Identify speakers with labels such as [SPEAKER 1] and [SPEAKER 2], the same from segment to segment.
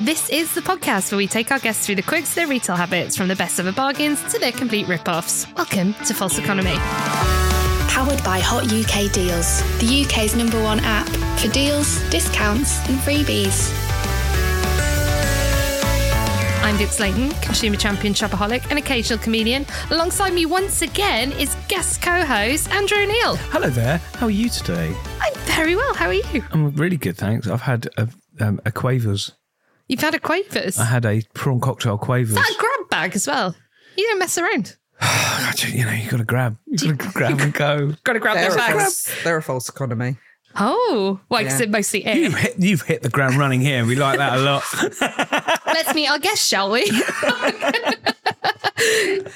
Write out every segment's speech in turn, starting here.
[SPEAKER 1] This is the podcast where we take our guests through the quirks of their retail habits, from the best ever bargains to their complete rip-offs. Welcome to False Economy.
[SPEAKER 2] Powered by Hot UK Deals, the UK's number one app for deals, discounts, and freebies.
[SPEAKER 1] I'm Viv Slayton, consumer champion shopaholic and occasional comedian. Alongside me once again is guest co-host Andrew O'Neill.
[SPEAKER 3] Hello there. How are you today?
[SPEAKER 1] I'm very well. How are you?
[SPEAKER 3] I'm really good, thanks. I've had a, um, a Quavers.
[SPEAKER 1] You've had a Quavers.
[SPEAKER 3] I had a prawn cocktail Quavers.
[SPEAKER 1] that grab bag as well. You don't mess around.
[SPEAKER 3] God, you know, you got to grab. you got to grab and go.
[SPEAKER 1] Got to grab
[SPEAKER 4] They're
[SPEAKER 1] those
[SPEAKER 4] a,
[SPEAKER 1] bags.
[SPEAKER 4] false, they're a false economy.
[SPEAKER 1] Oh, well, 'cause
[SPEAKER 4] Yeah.
[SPEAKER 1] it mostly
[SPEAKER 3] You
[SPEAKER 1] is.
[SPEAKER 3] hit, you've hit the ground running here. We like that a lot.
[SPEAKER 1] Let's meet our guest, shall we?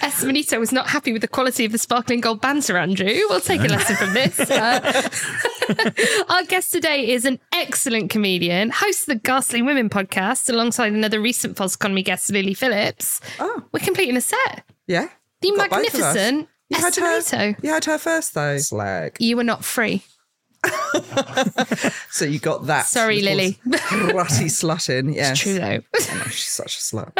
[SPEAKER 1] S. Manito was not happy with the quality of the sparkling gold banter, Andrew. We'll take a lesson from this. Uh, our guest today is an excellent comedian, host of the Ghastly Women podcast, alongside another recent False Economy guest, Lily Phillips.
[SPEAKER 4] Oh.
[SPEAKER 1] We're completing a set.
[SPEAKER 4] Yeah.
[SPEAKER 1] The
[SPEAKER 4] Got both of us.
[SPEAKER 1] magnificent
[SPEAKER 4] You had
[SPEAKER 1] S.
[SPEAKER 4] her.
[SPEAKER 1] Manito.
[SPEAKER 4] You had her first though. Slag.
[SPEAKER 1] You were not free.
[SPEAKER 4] So you got that.
[SPEAKER 1] Sorry,
[SPEAKER 4] little
[SPEAKER 1] Lily.
[SPEAKER 4] Rutty slut in. Yeah.
[SPEAKER 1] True, though.
[SPEAKER 4] She's such a slut.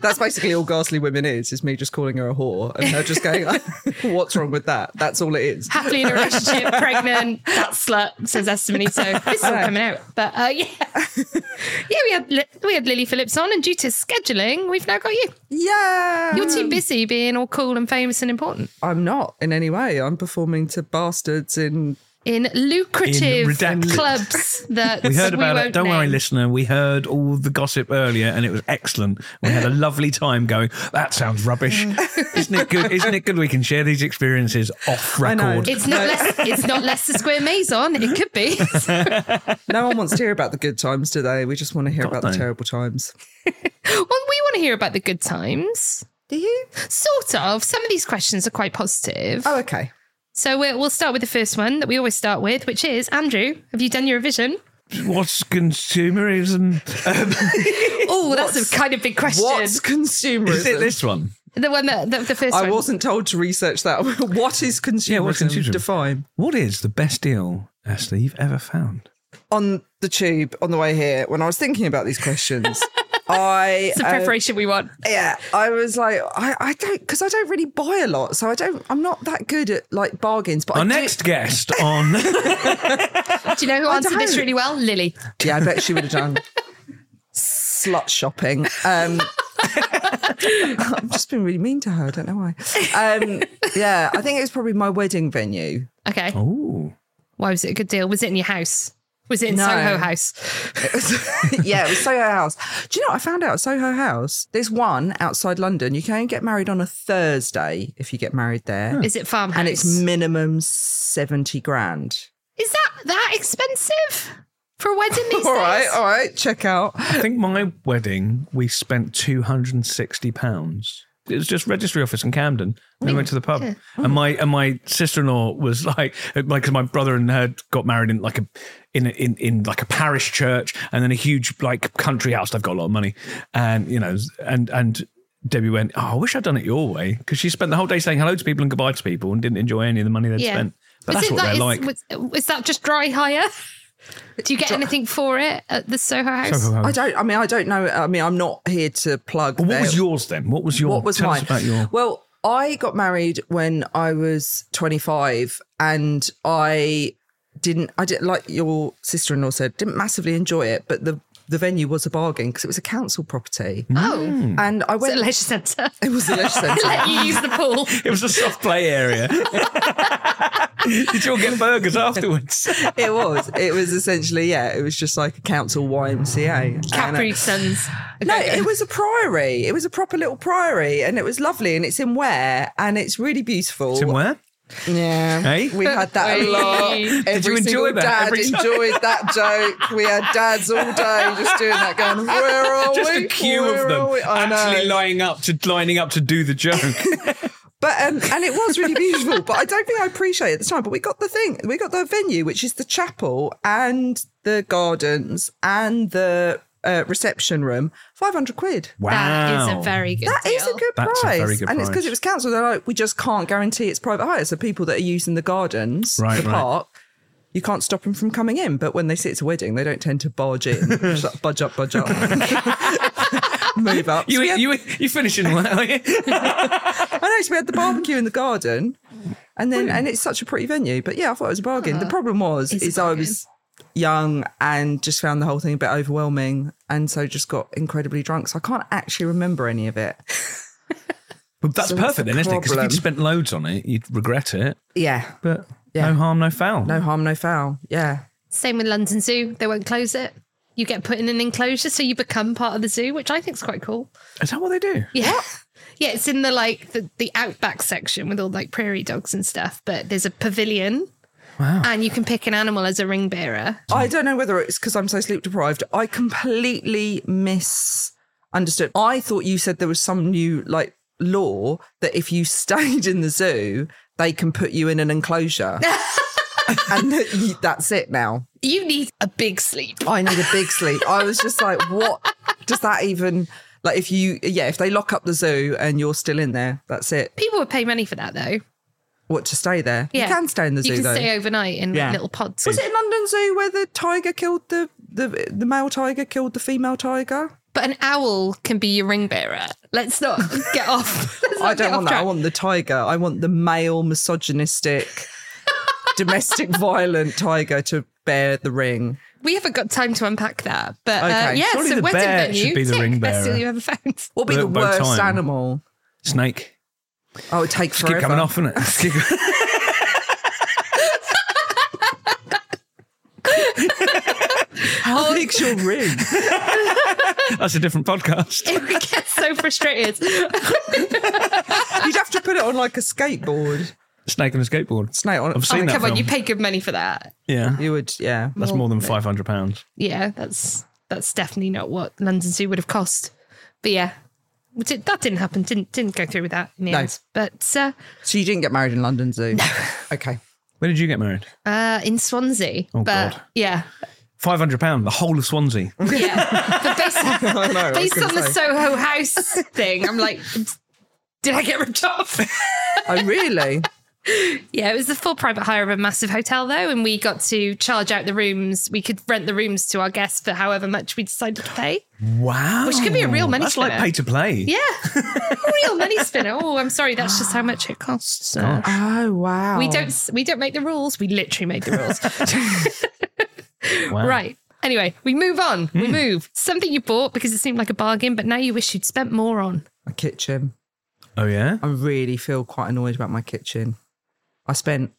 [SPEAKER 4] That's basically all ghastly women is, is me just calling her a whore and her just going, what's wrong with that? That's all it is.
[SPEAKER 1] happily in a relationship, pregnant, that slut, says Esther Benito. This is all coming out. But uh, yeah. yeah, we had, Li- we had Lily Phillips on, and due to scheduling, we've now got you.
[SPEAKER 4] Yeah.
[SPEAKER 1] You're too busy being all cool and famous and important
[SPEAKER 4] I'm not in any way. I'm performing to bastards in
[SPEAKER 1] in lucrative
[SPEAKER 3] In redacted.
[SPEAKER 1] clubs that
[SPEAKER 3] We heard about
[SPEAKER 1] won't
[SPEAKER 3] it. Don't worry,
[SPEAKER 1] name.
[SPEAKER 3] listener. We heard all the gossip earlier, and it was excellent. We had a lovely time going. That sounds rubbish, isn't it? Good, isn't it? Good. We can share these experiences off
[SPEAKER 4] I know.
[SPEAKER 3] record.
[SPEAKER 1] It's not less. It's not Leicester Square Maze on. It could be.
[SPEAKER 4] no one wants to hear about the good times today. We just want to hear
[SPEAKER 3] God,
[SPEAKER 4] about
[SPEAKER 3] no.
[SPEAKER 4] the terrible times.
[SPEAKER 1] well, we want to hear about the good times.
[SPEAKER 4] Do you?
[SPEAKER 1] Sort of. Some of these questions are quite positive.
[SPEAKER 4] Oh, okay.
[SPEAKER 1] So we'll, we'll start with the first one that we always start with, which is Andrew. Have you done your revision?
[SPEAKER 3] What's consumerism?
[SPEAKER 1] Oh, that's a kind of big question.
[SPEAKER 4] What's consumerism?
[SPEAKER 3] Is it this one?
[SPEAKER 1] The one that the, the first
[SPEAKER 4] I
[SPEAKER 1] one.
[SPEAKER 4] wasn't told to research that. what is consumerism?
[SPEAKER 3] what's consumerism?
[SPEAKER 4] Define.
[SPEAKER 3] What is the best deal, Esther, you've ever found?
[SPEAKER 4] On the tube on the way here, when I was thinking about these questions, I
[SPEAKER 1] It's the
[SPEAKER 4] uh,
[SPEAKER 1] preparation we want.
[SPEAKER 4] yeah, I was like, I, I don't because I don't really buy a lot, so I don't. I'm not that good at like bargains. But I
[SPEAKER 3] Our
[SPEAKER 4] do-
[SPEAKER 3] next guest on
[SPEAKER 1] Do you know who answered this
[SPEAKER 4] don't.
[SPEAKER 1] really well? Lily.
[SPEAKER 4] yeah, I bet she would have done slut shopping. Um, I've just been really mean to her. I don't know why. Um, yeah, I think it was probably my wedding venue.
[SPEAKER 1] Okay.
[SPEAKER 3] Oh. Ooh.
[SPEAKER 1] Why was it a good deal? Was it in your house? Was it in
[SPEAKER 4] No.
[SPEAKER 1] Soho House?
[SPEAKER 4] yeah, it was Soho House. Do you know what I found out? at Soho House, there's one outside London. You can only get married on a Thursday if you get married there.
[SPEAKER 1] Is it farmhouse?
[SPEAKER 4] And it's minimum 70 grand.
[SPEAKER 1] is that that expensive for a wedding these
[SPEAKER 4] All right, Oh,
[SPEAKER 1] days?
[SPEAKER 4] all right, check out.
[SPEAKER 3] I think my wedding, we spent £260. It was just registry office in Camden. And we went to the pub. And my and my sister in law was like like 'cause my brother and her got married in like a in, a- in in like a parish church and then a huge like country house. They've got a lot of money. And you know, and and Debbie went, Oh, I wish I'd done it your way. Because she spent the whole day saying hello to people and goodbye to people and didn't enjoy any of the money they'd
[SPEAKER 1] Yeah.
[SPEAKER 3] spent.
[SPEAKER 1] Was
[SPEAKER 3] But that's
[SPEAKER 1] it
[SPEAKER 3] what
[SPEAKER 1] that-
[SPEAKER 3] they're
[SPEAKER 1] is-
[SPEAKER 3] like.
[SPEAKER 1] Was, is that just dry hire? Do you get anything for it at the Soho House?
[SPEAKER 3] Soho House.
[SPEAKER 4] I don't, I mean, I don't know. I mean, I'm not here to plug.
[SPEAKER 3] But what
[SPEAKER 4] their-
[SPEAKER 3] was yours then? What was your?
[SPEAKER 4] What was
[SPEAKER 3] tell
[SPEAKER 4] mine?
[SPEAKER 3] Us about your.
[SPEAKER 4] Well, I got married when I was 25 and I didn't I didn't like your sister-in-law said didn't massively enjoy it but the the venue was a bargain because it was a council property
[SPEAKER 3] Mm.
[SPEAKER 1] Oh,
[SPEAKER 4] and I
[SPEAKER 1] was
[SPEAKER 4] went
[SPEAKER 1] it a leisure centre?
[SPEAKER 4] it was a leisure centre
[SPEAKER 1] Let you use the pool.
[SPEAKER 3] It was a soft play area. Did you all get burgers afterwards?
[SPEAKER 4] it was it was essentially yeah it was just like a council
[SPEAKER 3] Mm.
[SPEAKER 4] YMCA And, uh,
[SPEAKER 1] Capri Suns.
[SPEAKER 4] No,
[SPEAKER 1] Okay, go.
[SPEAKER 4] it was a priory. It was a proper little priory, and it was lovely. And it's in Ware, and it's really beautiful.
[SPEAKER 3] Tim, where?
[SPEAKER 4] Yeah.
[SPEAKER 3] Hey?
[SPEAKER 4] We had that a lot.
[SPEAKER 1] Hey.
[SPEAKER 4] Every
[SPEAKER 1] Did
[SPEAKER 3] you enjoy
[SPEAKER 4] single
[SPEAKER 3] that
[SPEAKER 4] Dad
[SPEAKER 3] every time?
[SPEAKER 4] enjoyed that joke. We had dads all day just doing that, going, Where are
[SPEAKER 3] Just
[SPEAKER 4] we?
[SPEAKER 3] a queue
[SPEAKER 4] Where
[SPEAKER 3] of
[SPEAKER 4] are we?"
[SPEAKER 3] them
[SPEAKER 4] I know.
[SPEAKER 3] actually lining up to lining up to do the joke.
[SPEAKER 4] But um, and it was really beautiful. but I don't think I appreciate it at the time. But we got the thing, we got the venue, which is the chapel and the gardens and the uh, reception room, five hundred quid.
[SPEAKER 3] wow,
[SPEAKER 1] That is a very good.
[SPEAKER 4] That is a
[SPEAKER 1] deal.
[SPEAKER 4] good
[SPEAKER 3] That's a
[SPEAKER 4] price.
[SPEAKER 3] very good
[SPEAKER 4] and it's because
[SPEAKER 3] price.
[SPEAKER 4] it was council. They're like, we just can't guarantee it's private hire. So people that are using the gardens,
[SPEAKER 3] Right,
[SPEAKER 4] the
[SPEAKER 3] right.
[SPEAKER 4] park, you can't stop them from coming in. But when they see it's a wedding, they don't tend to barge in, Just like, budge up, budge up, move up. So
[SPEAKER 3] You
[SPEAKER 4] we had-
[SPEAKER 3] you you finishing well, are you?
[SPEAKER 4] I know. So we had the barbecue in the garden, and then and it's such a pretty venue. But yeah, I thought it was a bargain. the problem was
[SPEAKER 1] it's a
[SPEAKER 4] is I was young and just found the whole thing a bit overwhelming, and so just got incredibly drunk. So I can't actually remember any of it.
[SPEAKER 3] Well, that's
[SPEAKER 4] So what's
[SPEAKER 3] perfect
[SPEAKER 4] the
[SPEAKER 3] then, isn't it? Because if
[SPEAKER 4] problem?
[SPEAKER 3] you'd spent loads on it, you'd regret it.
[SPEAKER 4] Yeah,
[SPEAKER 3] But
[SPEAKER 4] Yeah.
[SPEAKER 3] no harm, no foul.
[SPEAKER 4] no harm, no foul. Yeah.
[SPEAKER 1] Same with London Zoo. They won't close it. You get put in an enclosure, so you become part of the zoo, which I think is quite cool.
[SPEAKER 3] Is that what they do?
[SPEAKER 1] Yeah. Yeah, it's in the like the, the outback section with all like prairie dogs and stuff, but there's a pavilion. Wow. And you can pick an animal as a ring bearer.
[SPEAKER 4] I don't know whether it's because I'm so sleep deprived. I completely misunderstood. I thought you said there was some new like law that if you stayed in the zoo, they can put you in an enclosure. and that you, that's it now.
[SPEAKER 1] You need a big sleep.
[SPEAKER 4] I need a big sleep. I was just like, what does that even like if you yeah, if they lock up the zoo and you're still in there, that's it.
[SPEAKER 1] People would pay money for that though.
[SPEAKER 4] What to stay there?
[SPEAKER 1] Yeah.
[SPEAKER 4] You can stay in the zoo
[SPEAKER 1] You can
[SPEAKER 4] though.
[SPEAKER 1] stay overnight in
[SPEAKER 4] Yeah.
[SPEAKER 1] little pods.
[SPEAKER 4] was it in London Zoo where the tiger killed the, the the male tiger killed the female tiger?
[SPEAKER 1] But an owl can be your ring bearer. Let's not get off. let's
[SPEAKER 4] I
[SPEAKER 1] not get
[SPEAKER 4] don't
[SPEAKER 1] off
[SPEAKER 4] want that. I
[SPEAKER 1] track.
[SPEAKER 4] want the tiger. I want the male, misogynistic, domestic violent tiger to bear the ring.
[SPEAKER 1] We haven't got time to unpack that. But uh,
[SPEAKER 4] Okay.
[SPEAKER 1] yeah,
[SPEAKER 3] Surely
[SPEAKER 1] so
[SPEAKER 3] the
[SPEAKER 1] wedding
[SPEAKER 3] bear
[SPEAKER 1] venue.
[SPEAKER 3] should be the
[SPEAKER 1] take
[SPEAKER 3] ring
[SPEAKER 1] Best deal
[SPEAKER 3] bearer.
[SPEAKER 1] you ever found.
[SPEAKER 4] What'd be
[SPEAKER 3] Bo-
[SPEAKER 4] the
[SPEAKER 3] bow
[SPEAKER 4] worst
[SPEAKER 3] time.
[SPEAKER 4] animal?
[SPEAKER 3] Snake.
[SPEAKER 4] Oh, it'd take
[SPEAKER 3] Keep
[SPEAKER 4] forever.
[SPEAKER 3] coming off, isn't it? Keep going.
[SPEAKER 1] Oh,
[SPEAKER 4] How big's your ring?
[SPEAKER 3] That's a different podcast.
[SPEAKER 1] It gets so frustrated.
[SPEAKER 4] You'd have to put it on like a skateboard.
[SPEAKER 3] Snake on a skateboard.
[SPEAKER 4] Snake on. Oh,
[SPEAKER 3] I've
[SPEAKER 1] Oh,
[SPEAKER 3] seen that
[SPEAKER 1] come on,
[SPEAKER 3] film.
[SPEAKER 1] you pay good money for that.
[SPEAKER 3] yeah,
[SPEAKER 4] You would, yeah.
[SPEAKER 3] that's more than five hundred pounds.
[SPEAKER 1] Yeah, that's that's definitely not what London Zoo would have cost. But yeah. Which it- That didn't happen. Didn't didn't go through with that in the
[SPEAKER 4] No.
[SPEAKER 1] end. But uh,
[SPEAKER 4] So you didn't get married in London Zoo? No. Okay.
[SPEAKER 3] Where did you get married?
[SPEAKER 1] uh, in Swansea.
[SPEAKER 3] Oh,
[SPEAKER 1] but
[SPEAKER 3] God.
[SPEAKER 1] yeah,
[SPEAKER 3] Five hundred pound. The whole of Swansea.
[SPEAKER 1] yeah. but based,
[SPEAKER 4] I know. I was
[SPEAKER 1] based
[SPEAKER 4] gonna
[SPEAKER 1] on the
[SPEAKER 4] say.
[SPEAKER 1] Soho House thing, I'm like, did I get ripped off?
[SPEAKER 4] oh, really?
[SPEAKER 1] Yeah, it was the full private hire of a massive hotel though, and we got to charge out the rooms. We could rent the rooms to our guests for however much we decided to pay.
[SPEAKER 3] Wow.
[SPEAKER 1] Which could be a real money
[SPEAKER 3] That's like
[SPEAKER 1] spinner.
[SPEAKER 3] pay to play.
[SPEAKER 1] Yeah, real money spinner. Oh, I'm sorry, that's just how much it costs. Uh,
[SPEAKER 4] Oh, wow.
[SPEAKER 1] we don't we don't make the rules. We literally make the rules.
[SPEAKER 3] Wow.
[SPEAKER 1] right. Anyway, we move on. We move. Something you bought because it seemed like a bargain, but now you wish you'd spent more on.
[SPEAKER 4] My kitchen.
[SPEAKER 3] Oh yeah.
[SPEAKER 4] I really feel quite annoyed about my kitchen. I spent,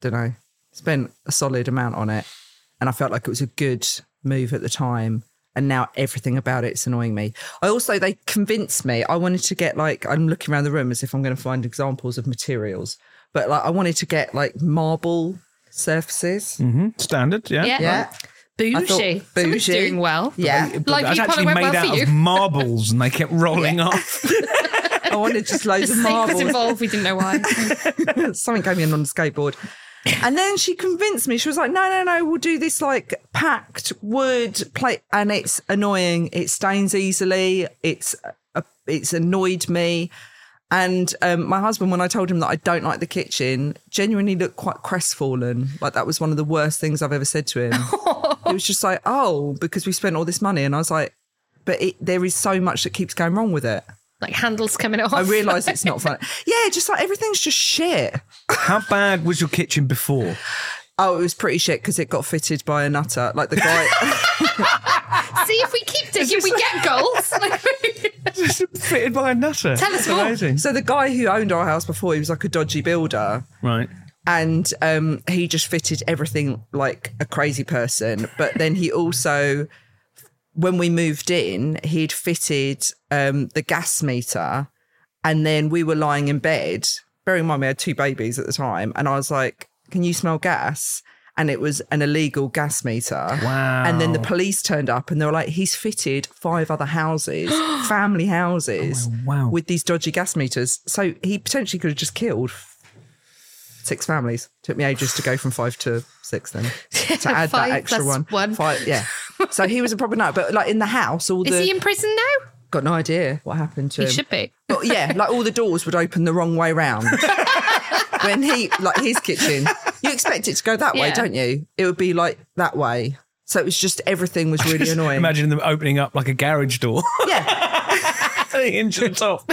[SPEAKER 4] don't know, spent a solid amount on it, and I felt like it was a good move at the time. And now everything about it's annoying me. I also they convinced me I wanted to get like I'm looking around the room as if I'm going to find examples of materials, but like I wanted to get like marble surfaces.
[SPEAKER 3] hmm Standard. Yeah.
[SPEAKER 1] Yeah.
[SPEAKER 4] Yeah,
[SPEAKER 1] Bougie.
[SPEAKER 4] I thought
[SPEAKER 1] Someone's
[SPEAKER 4] bougie.
[SPEAKER 1] doing well.
[SPEAKER 4] yeah.
[SPEAKER 3] But
[SPEAKER 1] Life
[SPEAKER 3] that's
[SPEAKER 1] you probably
[SPEAKER 3] actually
[SPEAKER 1] went
[SPEAKER 3] made
[SPEAKER 1] well
[SPEAKER 3] out
[SPEAKER 1] for you.
[SPEAKER 3] of marbles, and they kept rolling off.
[SPEAKER 4] I wanted just
[SPEAKER 1] The
[SPEAKER 4] loads of
[SPEAKER 1] snake was
[SPEAKER 4] marbles.
[SPEAKER 1] involved. We didn't know why.
[SPEAKER 4] Something came in on a skateboard. And then she convinced me. She was like, no, no, no, we'll do this like packed wood plate. And it's annoying. It stains easily. It's uh, it's annoyed me. And um, my husband, when I told him that I don't like the kitchen, genuinely looked quite crestfallen. Like that was one of the worst things I've ever said to him. it was just like, oh, because we spent all this money. And I was like, but it, there is so much that keeps going wrong with it.
[SPEAKER 1] like handles coming off.
[SPEAKER 4] I realise it's not fun. Yeah, just like everything's just shit.
[SPEAKER 3] How bad was your kitchen before?
[SPEAKER 4] Oh, it was pretty shit because it got fitted by a nutter. Like the guy,
[SPEAKER 1] See if we keep digging, we get goals.
[SPEAKER 3] Just fitted by a nutter.
[SPEAKER 1] Tell us
[SPEAKER 3] That's
[SPEAKER 1] more.
[SPEAKER 3] amazing.
[SPEAKER 4] so the guy who owned our house before, he was like a dodgy builder,
[SPEAKER 3] Right.
[SPEAKER 4] and um, he just fitted everything like a crazy person. But then he also, when we moved in, he'd fitted um, the gas meter, and then we were lying in bed. Bearing in mind, we had two babies at the time, and I was like, "Can you smell gas?" And it was an illegal gas meter.
[SPEAKER 3] Wow.
[SPEAKER 4] And then the police turned up and they were like, he's fitted five other houses, family houses,
[SPEAKER 1] Oh,
[SPEAKER 3] wow.
[SPEAKER 4] with these dodgy gas meters. So he potentially could have just killed six families. Took me ages to go from five to six then to add
[SPEAKER 1] Five
[SPEAKER 4] that extra
[SPEAKER 1] plus
[SPEAKER 4] one.
[SPEAKER 1] one.
[SPEAKER 4] Five, yeah. So he was a proper nut, but like in the house, all
[SPEAKER 1] Is
[SPEAKER 4] the Um,
[SPEAKER 1] he in prison now?
[SPEAKER 4] got no idea what happened to
[SPEAKER 1] He
[SPEAKER 4] him.
[SPEAKER 1] should be.
[SPEAKER 4] But yeah, like all the doors would open the wrong way round. when he like his kitchen. you expect it to go that way,
[SPEAKER 1] Yeah.
[SPEAKER 4] don't you? It would be like that way. So it was just everything was really annoying.
[SPEAKER 3] Imagine them opening up like a garage door.
[SPEAKER 4] Yeah.
[SPEAKER 3] the hinge at the top.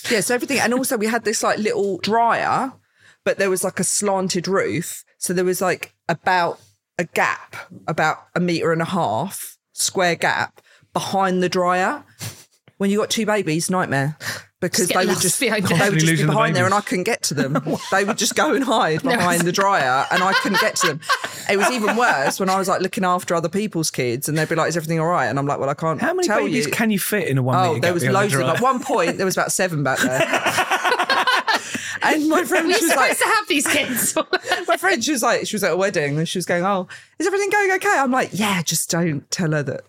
[SPEAKER 4] Yeah. So everything. And also, we had this like little dryer, but there was like a slanted roof. So there was like about a gap, about a meter and a half square gap behind the dryer. When you got two babies, nightmare. Because
[SPEAKER 1] Just get
[SPEAKER 4] they would
[SPEAKER 1] lost
[SPEAKER 4] just,
[SPEAKER 1] behind
[SPEAKER 4] they
[SPEAKER 1] them.
[SPEAKER 4] would just be
[SPEAKER 3] Losing the
[SPEAKER 4] behind there and I
[SPEAKER 3] babies.
[SPEAKER 4] couldn't get to them. they would just go and hide behind the dryer and I couldn't get to them. It was even worse when I was like looking after other people's kids and they'd be like, is everything all right? And I'm like, well, I can't
[SPEAKER 3] How many
[SPEAKER 4] tell
[SPEAKER 3] babies
[SPEAKER 4] you.
[SPEAKER 3] can you fit in a one?
[SPEAKER 4] Oh,
[SPEAKER 3] meter
[SPEAKER 4] there
[SPEAKER 3] gap
[SPEAKER 4] was
[SPEAKER 3] behind
[SPEAKER 4] loads
[SPEAKER 3] the
[SPEAKER 4] of them.
[SPEAKER 3] dryer?
[SPEAKER 4] At one point, there was about seven back there. and my friend,
[SPEAKER 1] Were you
[SPEAKER 4] she was
[SPEAKER 1] supposed
[SPEAKER 4] like,
[SPEAKER 1] to have these kids?
[SPEAKER 4] my friend, she was like, she was at a wedding and she was going, "Oh, is everything going okay?" I'm like, "Yeah, just don't tell her that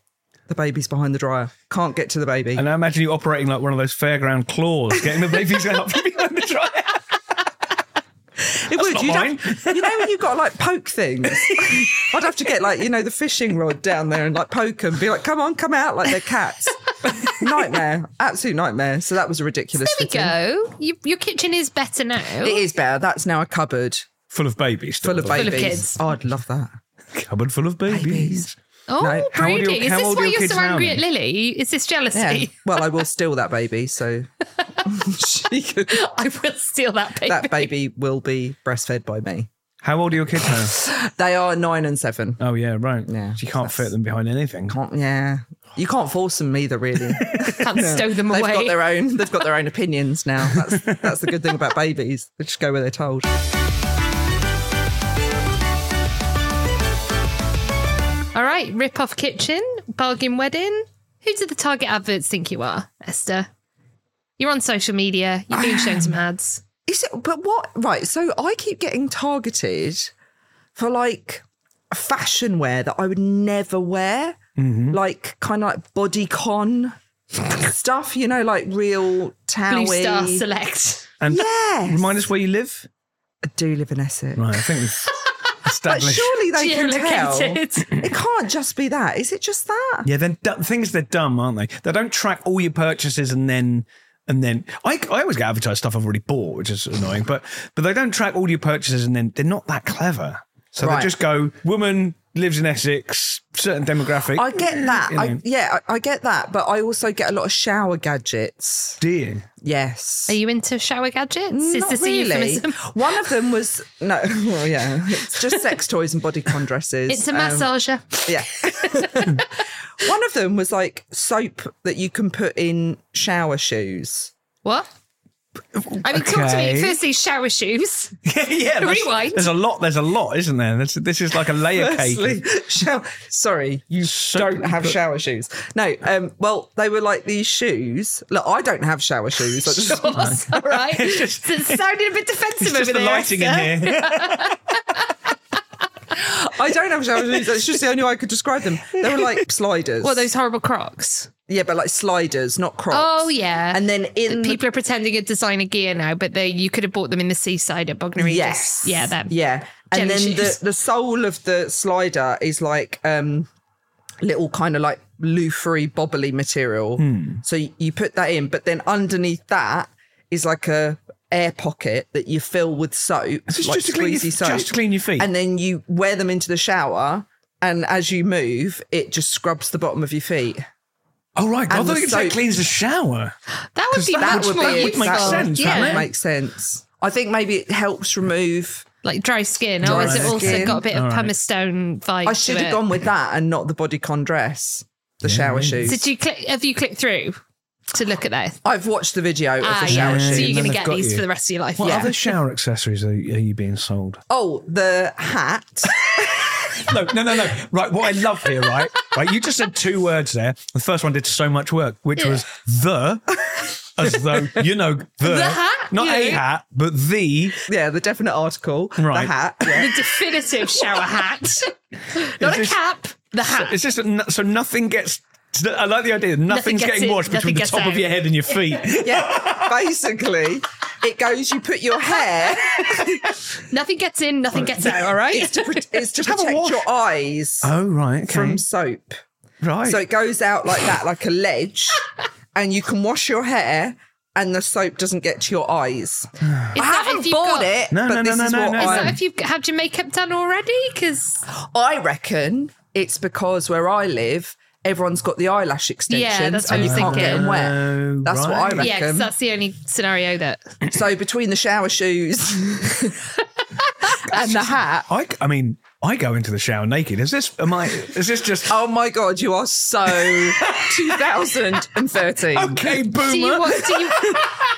[SPEAKER 4] the baby's behind the dryer. Can't get to the baby."
[SPEAKER 3] And I imagine you operating like one of those fairground claws, getting the babies out from behind the dryer.
[SPEAKER 4] it
[SPEAKER 3] not
[SPEAKER 4] you'd
[SPEAKER 3] mine.
[SPEAKER 4] have- you know when you've got like poke things. I'd have to get like you know the fishing rod down there and like poke them, be like, "Come on, come out!" Like they're cats. nightmare, absolute nightmare. So that was a ridiculous.
[SPEAKER 1] There we
[SPEAKER 4] fitting.
[SPEAKER 1] go. You, your kitchen is better now.
[SPEAKER 4] It is better. That's now a cupboard
[SPEAKER 3] Full of babies.
[SPEAKER 4] full of
[SPEAKER 3] still.
[SPEAKER 4] babies.
[SPEAKER 1] kids.
[SPEAKER 4] Oh, I'd love that.
[SPEAKER 3] Cupboard full of babies.
[SPEAKER 1] oh,
[SPEAKER 4] no.
[SPEAKER 3] How old are your-
[SPEAKER 1] brooding. Is
[SPEAKER 3] how
[SPEAKER 1] this
[SPEAKER 3] old are
[SPEAKER 1] why
[SPEAKER 3] your
[SPEAKER 1] you're
[SPEAKER 3] kids
[SPEAKER 1] so
[SPEAKER 3] now
[SPEAKER 1] angry
[SPEAKER 3] then?
[SPEAKER 1] at Lily? Is this jealousy?
[SPEAKER 4] Yeah. Well, I will steal that baby, so she could,
[SPEAKER 1] I will steal that baby.
[SPEAKER 4] that baby will be breastfed by me.
[SPEAKER 3] How old are your kids now?
[SPEAKER 4] They are nine and seven.
[SPEAKER 3] Oh yeah, right.
[SPEAKER 4] Yeah.
[SPEAKER 3] So you can't fit them behind anything.
[SPEAKER 4] Can't- Yeah, you can't force them either, really.
[SPEAKER 1] Can't stow them
[SPEAKER 4] They've
[SPEAKER 1] away.
[SPEAKER 4] got their own. They've got their own opinions now. That's that's the good thing about babies. They just go where they're told.
[SPEAKER 1] All right, rip off kitchen, bargain wedding. Who do the target adverts think you are, Esther? You're on social media. You've been shown some ads.
[SPEAKER 4] Is it? But what? Right. So I keep getting targeted for like fashion wear that I would never wear, like kind of like bodycon stuff. You know, like real
[SPEAKER 1] Blue
[SPEAKER 4] towy.
[SPEAKER 1] Star Select.
[SPEAKER 3] And
[SPEAKER 4] Yes.
[SPEAKER 3] remind us where you live.
[SPEAKER 4] I do live in Essex.
[SPEAKER 3] Right, I think we've
[SPEAKER 4] But
[SPEAKER 3] established.
[SPEAKER 4] surely they can tell. It
[SPEAKER 1] Geolocated.
[SPEAKER 4] can't just be that. Is it just that?
[SPEAKER 3] Yeah, then d- things they're dumb, aren't they? They don't track all your purchases and then and then I, I always get advertised stuff I've already bought, which is annoying. But but they don't track all your purchases and then they're not that clever. So
[SPEAKER 4] Right.
[SPEAKER 3] they just go woman lives in Essex, certain demographic.
[SPEAKER 4] I get that.
[SPEAKER 3] You
[SPEAKER 4] I,
[SPEAKER 3] know.
[SPEAKER 4] yeah, I, I get that. But I also get a lot of shower gadgets.
[SPEAKER 3] Do you?
[SPEAKER 4] Yes.
[SPEAKER 1] Are you into shower gadgets? is
[SPEAKER 4] Not
[SPEAKER 1] this a euphemism?
[SPEAKER 4] One of them was no. Well, yeah, it's just sex toys and bodycon dresses.
[SPEAKER 1] It's a
[SPEAKER 4] Um,
[SPEAKER 1] massager.
[SPEAKER 4] yeah. One of them was like soap that you can put in shower shoes.
[SPEAKER 1] what? I mean, talk to me.
[SPEAKER 3] Okay.
[SPEAKER 1] Firstly, shower shoes.
[SPEAKER 3] yeah, there's,
[SPEAKER 1] Rewind.
[SPEAKER 3] There's a lot. There's a lot, isn't there? This, this is like a layer
[SPEAKER 4] Firstly,
[SPEAKER 3] cake.
[SPEAKER 4] shower. Sorry,
[SPEAKER 3] You
[SPEAKER 4] don't have shower shoes. No, um, well, they were like these shoes. Look, I don't have shower shoes. I just,
[SPEAKER 1] Sure, all right.
[SPEAKER 3] It's just-
[SPEAKER 1] So it sounded a bit defensive
[SPEAKER 3] It's
[SPEAKER 1] over
[SPEAKER 3] just the
[SPEAKER 1] there.
[SPEAKER 3] lighting in
[SPEAKER 1] Esther.
[SPEAKER 3] here.
[SPEAKER 4] I don't have shower shoes. That's just the only way I could describe them. They were like sliders.
[SPEAKER 1] Well, those horrible Crocs.
[SPEAKER 4] yeah, but like sliders, not crocs.
[SPEAKER 1] Oh yeah.
[SPEAKER 4] And then in the-
[SPEAKER 1] people are pretending it's designer gear now, but they you could have bought them in the seaside at Bognor Regis.
[SPEAKER 4] yes,
[SPEAKER 1] Yeah, that
[SPEAKER 4] yeah.
[SPEAKER 1] jelly
[SPEAKER 4] And then the
[SPEAKER 1] shoes.
[SPEAKER 4] the sole of the slider is like um little kind of like loofery bobbly material.
[SPEAKER 3] Hmm.
[SPEAKER 4] So you, you put that in, but then underneath that is like a air pocket that you fill with soap,
[SPEAKER 3] It's
[SPEAKER 4] like
[SPEAKER 3] just to clean your-
[SPEAKER 4] squeezy soap,
[SPEAKER 3] just to clean your feet.
[SPEAKER 4] and then you wear them into the shower. And as you move, it just scrubs the bottom of your feet.
[SPEAKER 3] Oh right, I
[SPEAKER 4] And
[SPEAKER 3] thought
[SPEAKER 4] the
[SPEAKER 3] it said
[SPEAKER 4] soap.
[SPEAKER 3] cleans the shower.
[SPEAKER 1] that would be
[SPEAKER 3] that
[SPEAKER 1] much
[SPEAKER 3] would
[SPEAKER 1] more
[SPEAKER 3] be-
[SPEAKER 1] useful.
[SPEAKER 3] would make sense,
[SPEAKER 1] yeah.
[SPEAKER 3] wouldn't it?
[SPEAKER 4] Makes sense. I think maybe it helps remove.
[SPEAKER 1] Like dry skin, or
[SPEAKER 4] Dry
[SPEAKER 1] has it also
[SPEAKER 4] skin.
[SPEAKER 1] got a bit of
[SPEAKER 3] All right.
[SPEAKER 1] pumice stone vibe?
[SPEAKER 4] I should
[SPEAKER 1] to
[SPEAKER 4] have
[SPEAKER 1] it?
[SPEAKER 4] gone with that and not the bodycon dress, the shower shoes.
[SPEAKER 1] Did you click? Have you clicked through to look at that?
[SPEAKER 4] I've watched the video of
[SPEAKER 1] Ah,
[SPEAKER 4] the shower
[SPEAKER 1] yeah.
[SPEAKER 4] shoes.
[SPEAKER 1] So
[SPEAKER 3] And
[SPEAKER 1] you're going
[SPEAKER 3] then
[SPEAKER 1] to
[SPEAKER 3] they've
[SPEAKER 1] get
[SPEAKER 3] got
[SPEAKER 1] these
[SPEAKER 3] you.
[SPEAKER 1] for the rest of your life.
[SPEAKER 3] What
[SPEAKER 1] yeah.
[SPEAKER 3] other shower accessories are, are you being sold?
[SPEAKER 4] Oh, the hat.
[SPEAKER 3] No, no, no, no. Right, what I love here, right? Right, you just said two words there. The first one did so much work, which was the, as though you know the,
[SPEAKER 1] hat,
[SPEAKER 3] not a
[SPEAKER 1] yeah.
[SPEAKER 3] hat, but the.
[SPEAKER 4] yeah, the definite article.
[SPEAKER 3] Right.
[SPEAKER 4] The hat. Yeah.
[SPEAKER 1] The definitive shower hat, not a
[SPEAKER 3] this-
[SPEAKER 1] cap. The hat.
[SPEAKER 3] It's just a no- so nothing gets. I like the idea. Nothing's
[SPEAKER 1] Nothing gets
[SPEAKER 3] getting
[SPEAKER 1] in,
[SPEAKER 3] washed
[SPEAKER 1] nothing
[SPEAKER 3] between the
[SPEAKER 1] gets
[SPEAKER 3] top of
[SPEAKER 1] out.
[SPEAKER 3] your head and your feet.
[SPEAKER 4] Yeah, Basically, it goes. You put your hair.
[SPEAKER 1] Nothing gets in. Nothing gets out. All
[SPEAKER 4] It's
[SPEAKER 1] right.
[SPEAKER 4] to, pro- it's to
[SPEAKER 3] Have a
[SPEAKER 4] protect
[SPEAKER 3] wash.
[SPEAKER 4] your eyes
[SPEAKER 3] oh right, okay. Oh.
[SPEAKER 4] from soap.
[SPEAKER 3] right.
[SPEAKER 4] So it goes out like that, like a ledge, and you can wash your hair, and the soap doesn't get to your eyes.
[SPEAKER 1] Is
[SPEAKER 4] I
[SPEAKER 1] that
[SPEAKER 4] haven't
[SPEAKER 1] if
[SPEAKER 4] haven't
[SPEAKER 1] you've
[SPEAKER 4] bought
[SPEAKER 1] got-
[SPEAKER 4] it,
[SPEAKER 3] No,
[SPEAKER 4] but
[SPEAKER 3] no, no,
[SPEAKER 4] this
[SPEAKER 3] no,
[SPEAKER 4] is
[SPEAKER 3] no,
[SPEAKER 4] what
[SPEAKER 3] no.
[SPEAKER 1] Is
[SPEAKER 4] I'm
[SPEAKER 1] that if you've had your makeup done already? Because
[SPEAKER 4] I reckon it's because where I live, everyone's got the eyelash extensions
[SPEAKER 1] that's what
[SPEAKER 4] and
[SPEAKER 1] I
[SPEAKER 4] you
[SPEAKER 1] was
[SPEAKER 4] can't get
[SPEAKER 1] thinking.
[SPEAKER 4] them
[SPEAKER 3] Oh,
[SPEAKER 4] wet. That's
[SPEAKER 3] right.
[SPEAKER 4] what I
[SPEAKER 1] yeah, 'cause
[SPEAKER 4] reckon.
[SPEAKER 1] that's the only scenario that
[SPEAKER 4] so between the shower shoes and the hat.
[SPEAKER 3] I, I mean, I go into the shower naked. Is this am I? Is this just
[SPEAKER 4] Oh my god, you are so 2013.
[SPEAKER 1] do
[SPEAKER 3] okay,
[SPEAKER 1] you,
[SPEAKER 3] boomer?
[SPEAKER 1] wa- do you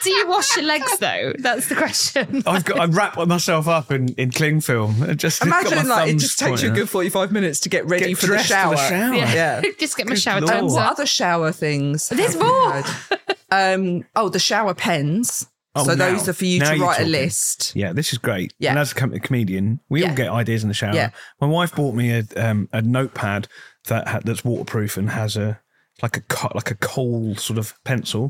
[SPEAKER 1] do you wash your legs though? That's the question.
[SPEAKER 3] I've got. I wrap myself up in, in cling film. I Just got
[SPEAKER 4] Imagine
[SPEAKER 3] my
[SPEAKER 4] like it
[SPEAKER 3] thumbs
[SPEAKER 4] just takes you a
[SPEAKER 3] pointing
[SPEAKER 4] good 45 minutes to get ready
[SPEAKER 3] Get
[SPEAKER 4] for the
[SPEAKER 3] dressed for
[SPEAKER 4] shower.
[SPEAKER 3] the shower.
[SPEAKER 4] Oh, Yeah.
[SPEAKER 1] Just get my shower
[SPEAKER 3] lord.
[SPEAKER 4] Um,
[SPEAKER 1] times
[SPEAKER 4] what
[SPEAKER 1] up.
[SPEAKER 4] other shower things?
[SPEAKER 1] There's
[SPEAKER 4] have we
[SPEAKER 1] more.
[SPEAKER 4] had? um, oh, the shower pens.
[SPEAKER 3] Oh,
[SPEAKER 4] so
[SPEAKER 3] now-
[SPEAKER 4] those are for you
[SPEAKER 3] now
[SPEAKER 4] to
[SPEAKER 3] you're
[SPEAKER 4] write a
[SPEAKER 3] talking.
[SPEAKER 4] list.
[SPEAKER 3] Yeah, this is great.
[SPEAKER 4] Yeah.
[SPEAKER 3] And as a com- comedian, we
[SPEAKER 4] Yeah.
[SPEAKER 3] all get ideas in the shower.
[SPEAKER 4] Yeah.
[SPEAKER 3] My wife bought me a um, a notepad that ha- that's waterproof and has a like a co- like a coal sort of pencil,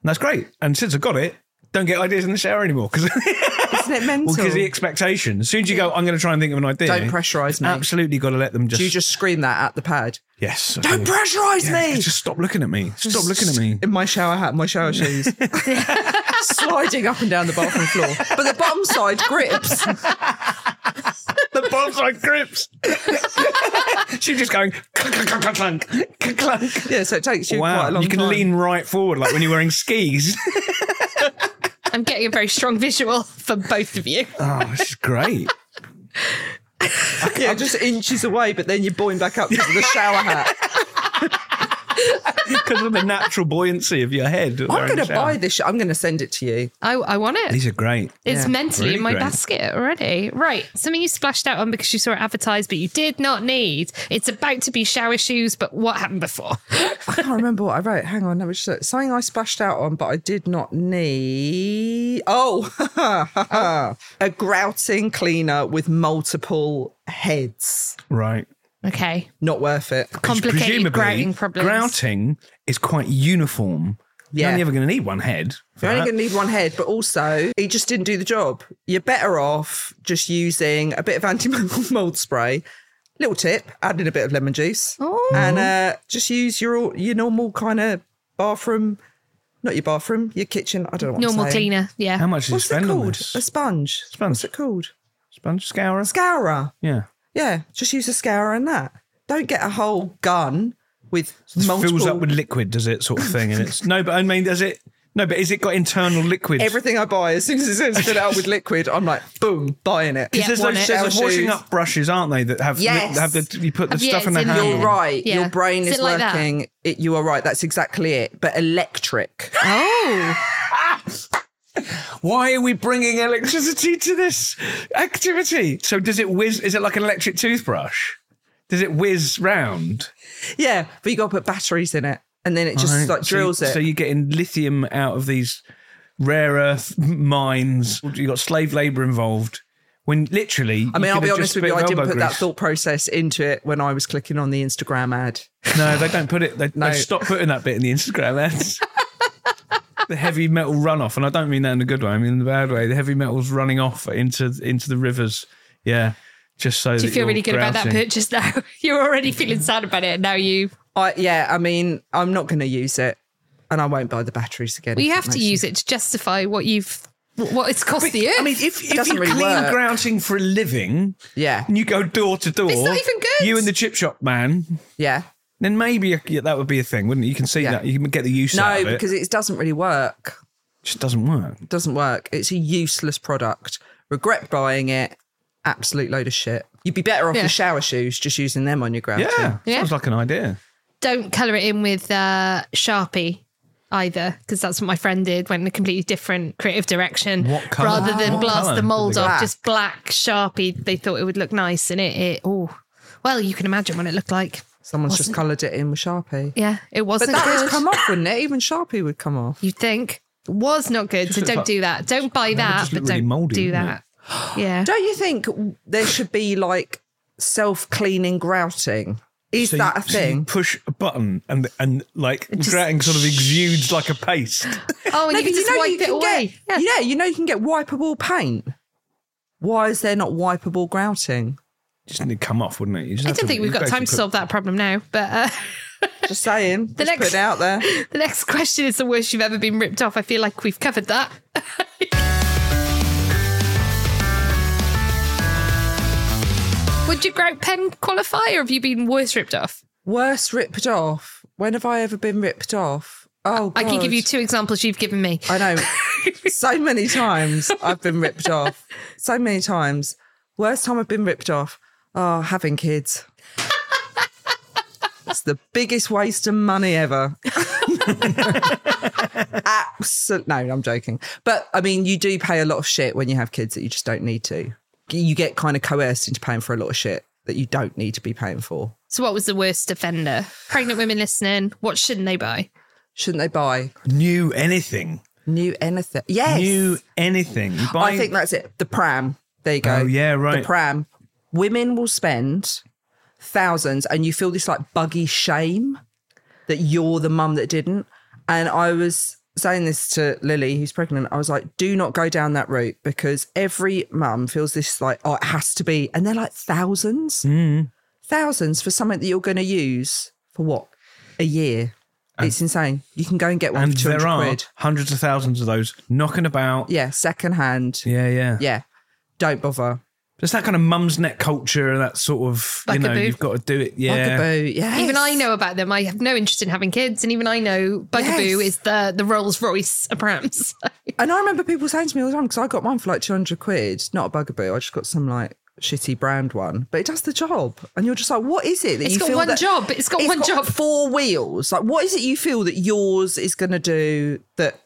[SPEAKER 3] and that's great. And since I got it, don't get ideas in the shower anymore because
[SPEAKER 4] Isn't it mental?
[SPEAKER 3] the expectation. As soon as you go, I'm going to try and think of an idea.
[SPEAKER 4] Don't pressurise me.
[SPEAKER 3] Absolutely, got to let them just.
[SPEAKER 4] Do you just scream that at the pad?
[SPEAKER 3] yes.
[SPEAKER 4] Don't pressurise
[SPEAKER 3] Yeah,
[SPEAKER 4] me!
[SPEAKER 3] Just stop looking at me. Stop looking at me.
[SPEAKER 4] In my shower hat, and my shower shoes, sliding up and down the bathroom floor. But the bottom side grips.
[SPEAKER 3] the bombs on grips. She's just going clunk, clunk, clunk, clunk, clunk, clunk.
[SPEAKER 4] Yeah, so it takes you quite a long
[SPEAKER 3] you can
[SPEAKER 4] time.
[SPEAKER 3] lean right forward like when you're wearing skis.
[SPEAKER 1] I'm getting a very strong visual for both of you.
[SPEAKER 3] oh, this is great.
[SPEAKER 4] yeah, just inches away, but then you're buoying back up because of the shower hat.
[SPEAKER 3] Because of the natural buoyancy of your head.
[SPEAKER 4] I'm going to buy this. sh- I'm going to send it to you.
[SPEAKER 1] I, I want it.
[SPEAKER 3] These are great.
[SPEAKER 1] It's
[SPEAKER 4] Yeah.
[SPEAKER 1] mentally
[SPEAKER 3] Really
[SPEAKER 1] in my
[SPEAKER 3] great.
[SPEAKER 1] basket already. Right. Something you splashed out on because you saw it advertised, but you did not need. It's about to be shower shoes, but what happened before?
[SPEAKER 4] I can't remember what I wrote. Hang on, let me just look. Something I splashed out on, but I did not need. Oh, a grouting cleaner with multiple heads.
[SPEAKER 3] Right.
[SPEAKER 1] Okay.
[SPEAKER 4] Not worth it.
[SPEAKER 1] Complicated grouting problems.
[SPEAKER 3] grouting is quite uniform. You're
[SPEAKER 4] Yeah.
[SPEAKER 3] only ever going to need one head. for
[SPEAKER 4] You're only
[SPEAKER 3] that.
[SPEAKER 4] going to need one head, but also he just didn't do the job. You're better off just using a bit of anti mold spray. Little tip: add in a bit of lemon juice,
[SPEAKER 1] Oh.
[SPEAKER 4] and uh, just use your your normal kind of bathroom, not your bathroom, your kitchen. I don't know what
[SPEAKER 1] Normal
[SPEAKER 4] I'm saying.
[SPEAKER 1] cleaner. Yeah.
[SPEAKER 3] How much is
[SPEAKER 4] What's
[SPEAKER 3] spend
[SPEAKER 4] it
[SPEAKER 3] on
[SPEAKER 4] called?
[SPEAKER 3] this?
[SPEAKER 4] A sponge. What's
[SPEAKER 3] Sponge.
[SPEAKER 4] it called?
[SPEAKER 3] Sponge scourer?
[SPEAKER 4] Scourer.
[SPEAKER 3] yeah.
[SPEAKER 4] Yeah, just use a scourer and that. Don't get a whole gun with multiple.
[SPEAKER 3] Fills up with liquid, does it, sort of thing? And it's no, but I mean, does it? No, but is it got internal liquid?
[SPEAKER 4] Everything I buy, as soon as it says fill it out with liquid, I'm like, boom, buying it.
[SPEAKER 1] Yeah,
[SPEAKER 3] There's
[SPEAKER 1] want
[SPEAKER 3] those,
[SPEAKER 1] it.
[SPEAKER 3] there's
[SPEAKER 4] Shower
[SPEAKER 3] those washing
[SPEAKER 4] shoes.
[SPEAKER 3] up brushes, aren't they? That have
[SPEAKER 4] Yes.
[SPEAKER 3] have the you put the
[SPEAKER 1] Yeah,
[SPEAKER 3] stuff in the
[SPEAKER 1] it's in
[SPEAKER 3] hand.
[SPEAKER 1] there.
[SPEAKER 4] You're right.
[SPEAKER 1] Yeah.
[SPEAKER 4] Your brain
[SPEAKER 1] Is
[SPEAKER 4] is,
[SPEAKER 1] it like that?
[SPEAKER 4] working. It, you are right. That's exactly it. But electric.
[SPEAKER 1] Oh.
[SPEAKER 3] Why are we bringing electricity to this activity? So does it whiz? Is it like an electric toothbrush? Does it whiz round?
[SPEAKER 4] yeah, but you got to put batteries in it, and then it just
[SPEAKER 3] Right.
[SPEAKER 4] like
[SPEAKER 3] So-
[SPEAKER 4] drills it.
[SPEAKER 3] So you're getting lithium out of these rare earth mines. You got slave labor involved. When literally,
[SPEAKER 4] I mean, I'll be honest with you. I didn't put that thought process into it when I was clicking on the Instagram ad.
[SPEAKER 3] No, they don't put it. They,
[SPEAKER 4] No.
[SPEAKER 3] they stop putting that bit in the Instagram ads. the heavy metal runoff, and I don't mean that in a good way. I mean in the bad way. The heavy metal's running off into into the rivers. Yeah, just so.
[SPEAKER 1] Do you feel really good about that purchase now? You're already feeling sad about it. Now you
[SPEAKER 4] I yeah. I mean, I'm not going to use it, and I won't buy the batteries again.
[SPEAKER 1] well, you
[SPEAKER 4] if
[SPEAKER 1] have
[SPEAKER 4] that
[SPEAKER 1] to
[SPEAKER 4] makes
[SPEAKER 1] use it to justify what you've what it's cost the earth.
[SPEAKER 3] I mean, if, if
[SPEAKER 4] doesn't
[SPEAKER 3] you
[SPEAKER 4] really
[SPEAKER 3] clean
[SPEAKER 4] work.
[SPEAKER 3] grouting for a living,
[SPEAKER 4] Yeah.
[SPEAKER 3] and you go door to door,
[SPEAKER 1] It's not even good.
[SPEAKER 3] You and the chip shop man,
[SPEAKER 4] Yeah.
[SPEAKER 3] then maybe you- yeah, that would be a thing, wouldn't it? You can see
[SPEAKER 4] Yeah.
[SPEAKER 3] that you can get the use out
[SPEAKER 4] No,
[SPEAKER 3] of it.
[SPEAKER 4] because it doesn't really work.
[SPEAKER 3] it just doesn't work.
[SPEAKER 4] doesn't work. It's a useless product. Regret buying it. Absolute load of shit. You'd be better off
[SPEAKER 1] Yeah.
[SPEAKER 4] with shower shoes, just using them on your ground.
[SPEAKER 3] Yeah,
[SPEAKER 1] Yeah.
[SPEAKER 3] sounds like an idea.
[SPEAKER 1] don't color it in with uh, Sharpie either, because that's what my friend did. Went in a completely different creative direction.
[SPEAKER 3] What colour?
[SPEAKER 1] Rather than
[SPEAKER 3] What
[SPEAKER 1] blast
[SPEAKER 3] colour
[SPEAKER 1] the
[SPEAKER 3] did
[SPEAKER 1] mold
[SPEAKER 3] they
[SPEAKER 1] off,
[SPEAKER 4] go?
[SPEAKER 1] just black Sharpie. They thought it would look nice, and it, it oh, well, you can imagine what it looked like.
[SPEAKER 4] Someone's just coloured it in with Sharpie.
[SPEAKER 1] Yeah, it
[SPEAKER 4] But
[SPEAKER 1] wasn't
[SPEAKER 4] that
[SPEAKER 1] good.
[SPEAKER 4] would come off, wouldn't it? Even Sharpie would come off.
[SPEAKER 1] You'd think was not good. So
[SPEAKER 3] looks
[SPEAKER 1] don't
[SPEAKER 3] like-
[SPEAKER 1] do that. Don't buy that,
[SPEAKER 3] just
[SPEAKER 1] but
[SPEAKER 3] look really
[SPEAKER 1] don't
[SPEAKER 3] mouldy,
[SPEAKER 1] do
[SPEAKER 3] wouldn't
[SPEAKER 1] that. Yeah.
[SPEAKER 4] Don't you think there should be like self cleaning grouting? Is
[SPEAKER 3] So you-
[SPEAKER 4] that a
[SPEAKER 3] so you
[SPEAKER 4] thing?
[SPEAKER 3] push a button and and like grouting sort of exudes like a paste.
[SPEAKER 1] Oh, and
[SPEAKER 4] No,
[SPEAKER 1] you can
[SPEAKER 4] but
[SPEAKER 1] just wipe it
[SPEAKER 4] can
[SPEAKER 1] away.
[SPEAKER 4] Get, yeah. you know you can get wipeable paint. Why is there not wipeable grouting?
[SPEAKER 3] Just need to come off, wouldn't it? You just
[SPEAKER 1] I
[SPEAKER 3] have
[SPEAKER 1] don't think we've
[SPEAKER 3] you
[SPEAKER 1] got time to
[SPEAKER 3] basically
[SPEAKER 1] solve that problem now, but. Uh,
[SPEAKER 4] Just saying. just
[SPEAKER 1] next-
[SPEAKER 4] put it out there.
[SPEAKER 1] The next question is the worst you've ever been ripped off. I feel like we've covered that. Would your grout pen qualify, or have you been worse ripped off?
[SPEAKER 4] Worst ripped off. When have I ever been ripped off? Oh,
[SPEAKER 1] I can
[SPEAKER 4] God.
[SPEAKER 1] give you two examples you've given me.
[SPEAKER 4] I know. so many times I've been ripped off. So many times. Worst time I've been ripped off. Oh, having kids. It's the biggest waste of money ever. Absolutely. No, I'm joking. But I mean, you do pay a lot of shit when you have kids that you just don't need to. You get kind of coerced into paying for a lot of shit that you don't need to be paying for.
[SPEAKER 1] So, what was the worst offender? Pregnant women listening, what shouldn't they buy?
[SPEAKER 4] Shouldn't they buy
[SPEAKER 3] New anything.
[SPEAKER 4] new anything? Yes.
[SPEAKER 3] New anything. You buy-
[SPEAKER 4] I think that's it. The pram. There you go.
[SPEAKER 3] Oh, yeah, right.
[SPEAKER 4] The pram. Women will spend thousands, and you feel this like buggy shame that you're the mum that didn't. And I was saying this to Lily, who's pregnant. I was like, do not go down that route because every mum feels this like, oh, it has to be. And they're like thousands,
[SPEAKER 3] Mm.
[SPEAKER 4] thousands for something that you're going to use for what? A year. it's insane. You can go and get one
[SPEAKER 3] and
[SPEAKER 4] for 200
[SPEAKER 3] there are
[SPEAKER 4] quid.
[SPEAKER 3] hundreds of thousands of those knocking about.
[SPEAKER 4] Yeah, second hand.
[SPEAKER 3] Yeah, yeah.
[SPEAKER 4] yeah. Don't bother.
[SPEAKER 3] Just that kind of mum's neck culture and that sort of, you know,
[SPEAKER 1] Bugaboo.
[SPEAKER 3] you've got to do it. Yeah.
[SPEAKER 4] Bugaboo, yes.
[SPEAKER 1] Even I know about them. I have no interest in having kids, and even I know Bugaboo
[SPEAKER 4] Yes.
[SPEAKER 1] is the the Rolls Royce of prams.
[SPEAKER 4] And I remember people saying to me all the time, because I got mine for like 200 quid, not a bugaboo. I just got some like shitty brand one, but it does the job. And you're just like, what is it that
[SPEAKER 1] It's
[SPEAKER 4] you
[SPEAKER 1] got
[SPEAKER 4] feel
[SPEAKER 1] one
[SPEAKER 4] that-
[SPEAKER 1] job. It's got one job.
[SPEAKER 4] Four wheels. Like, what is it you feel that yours is going to do that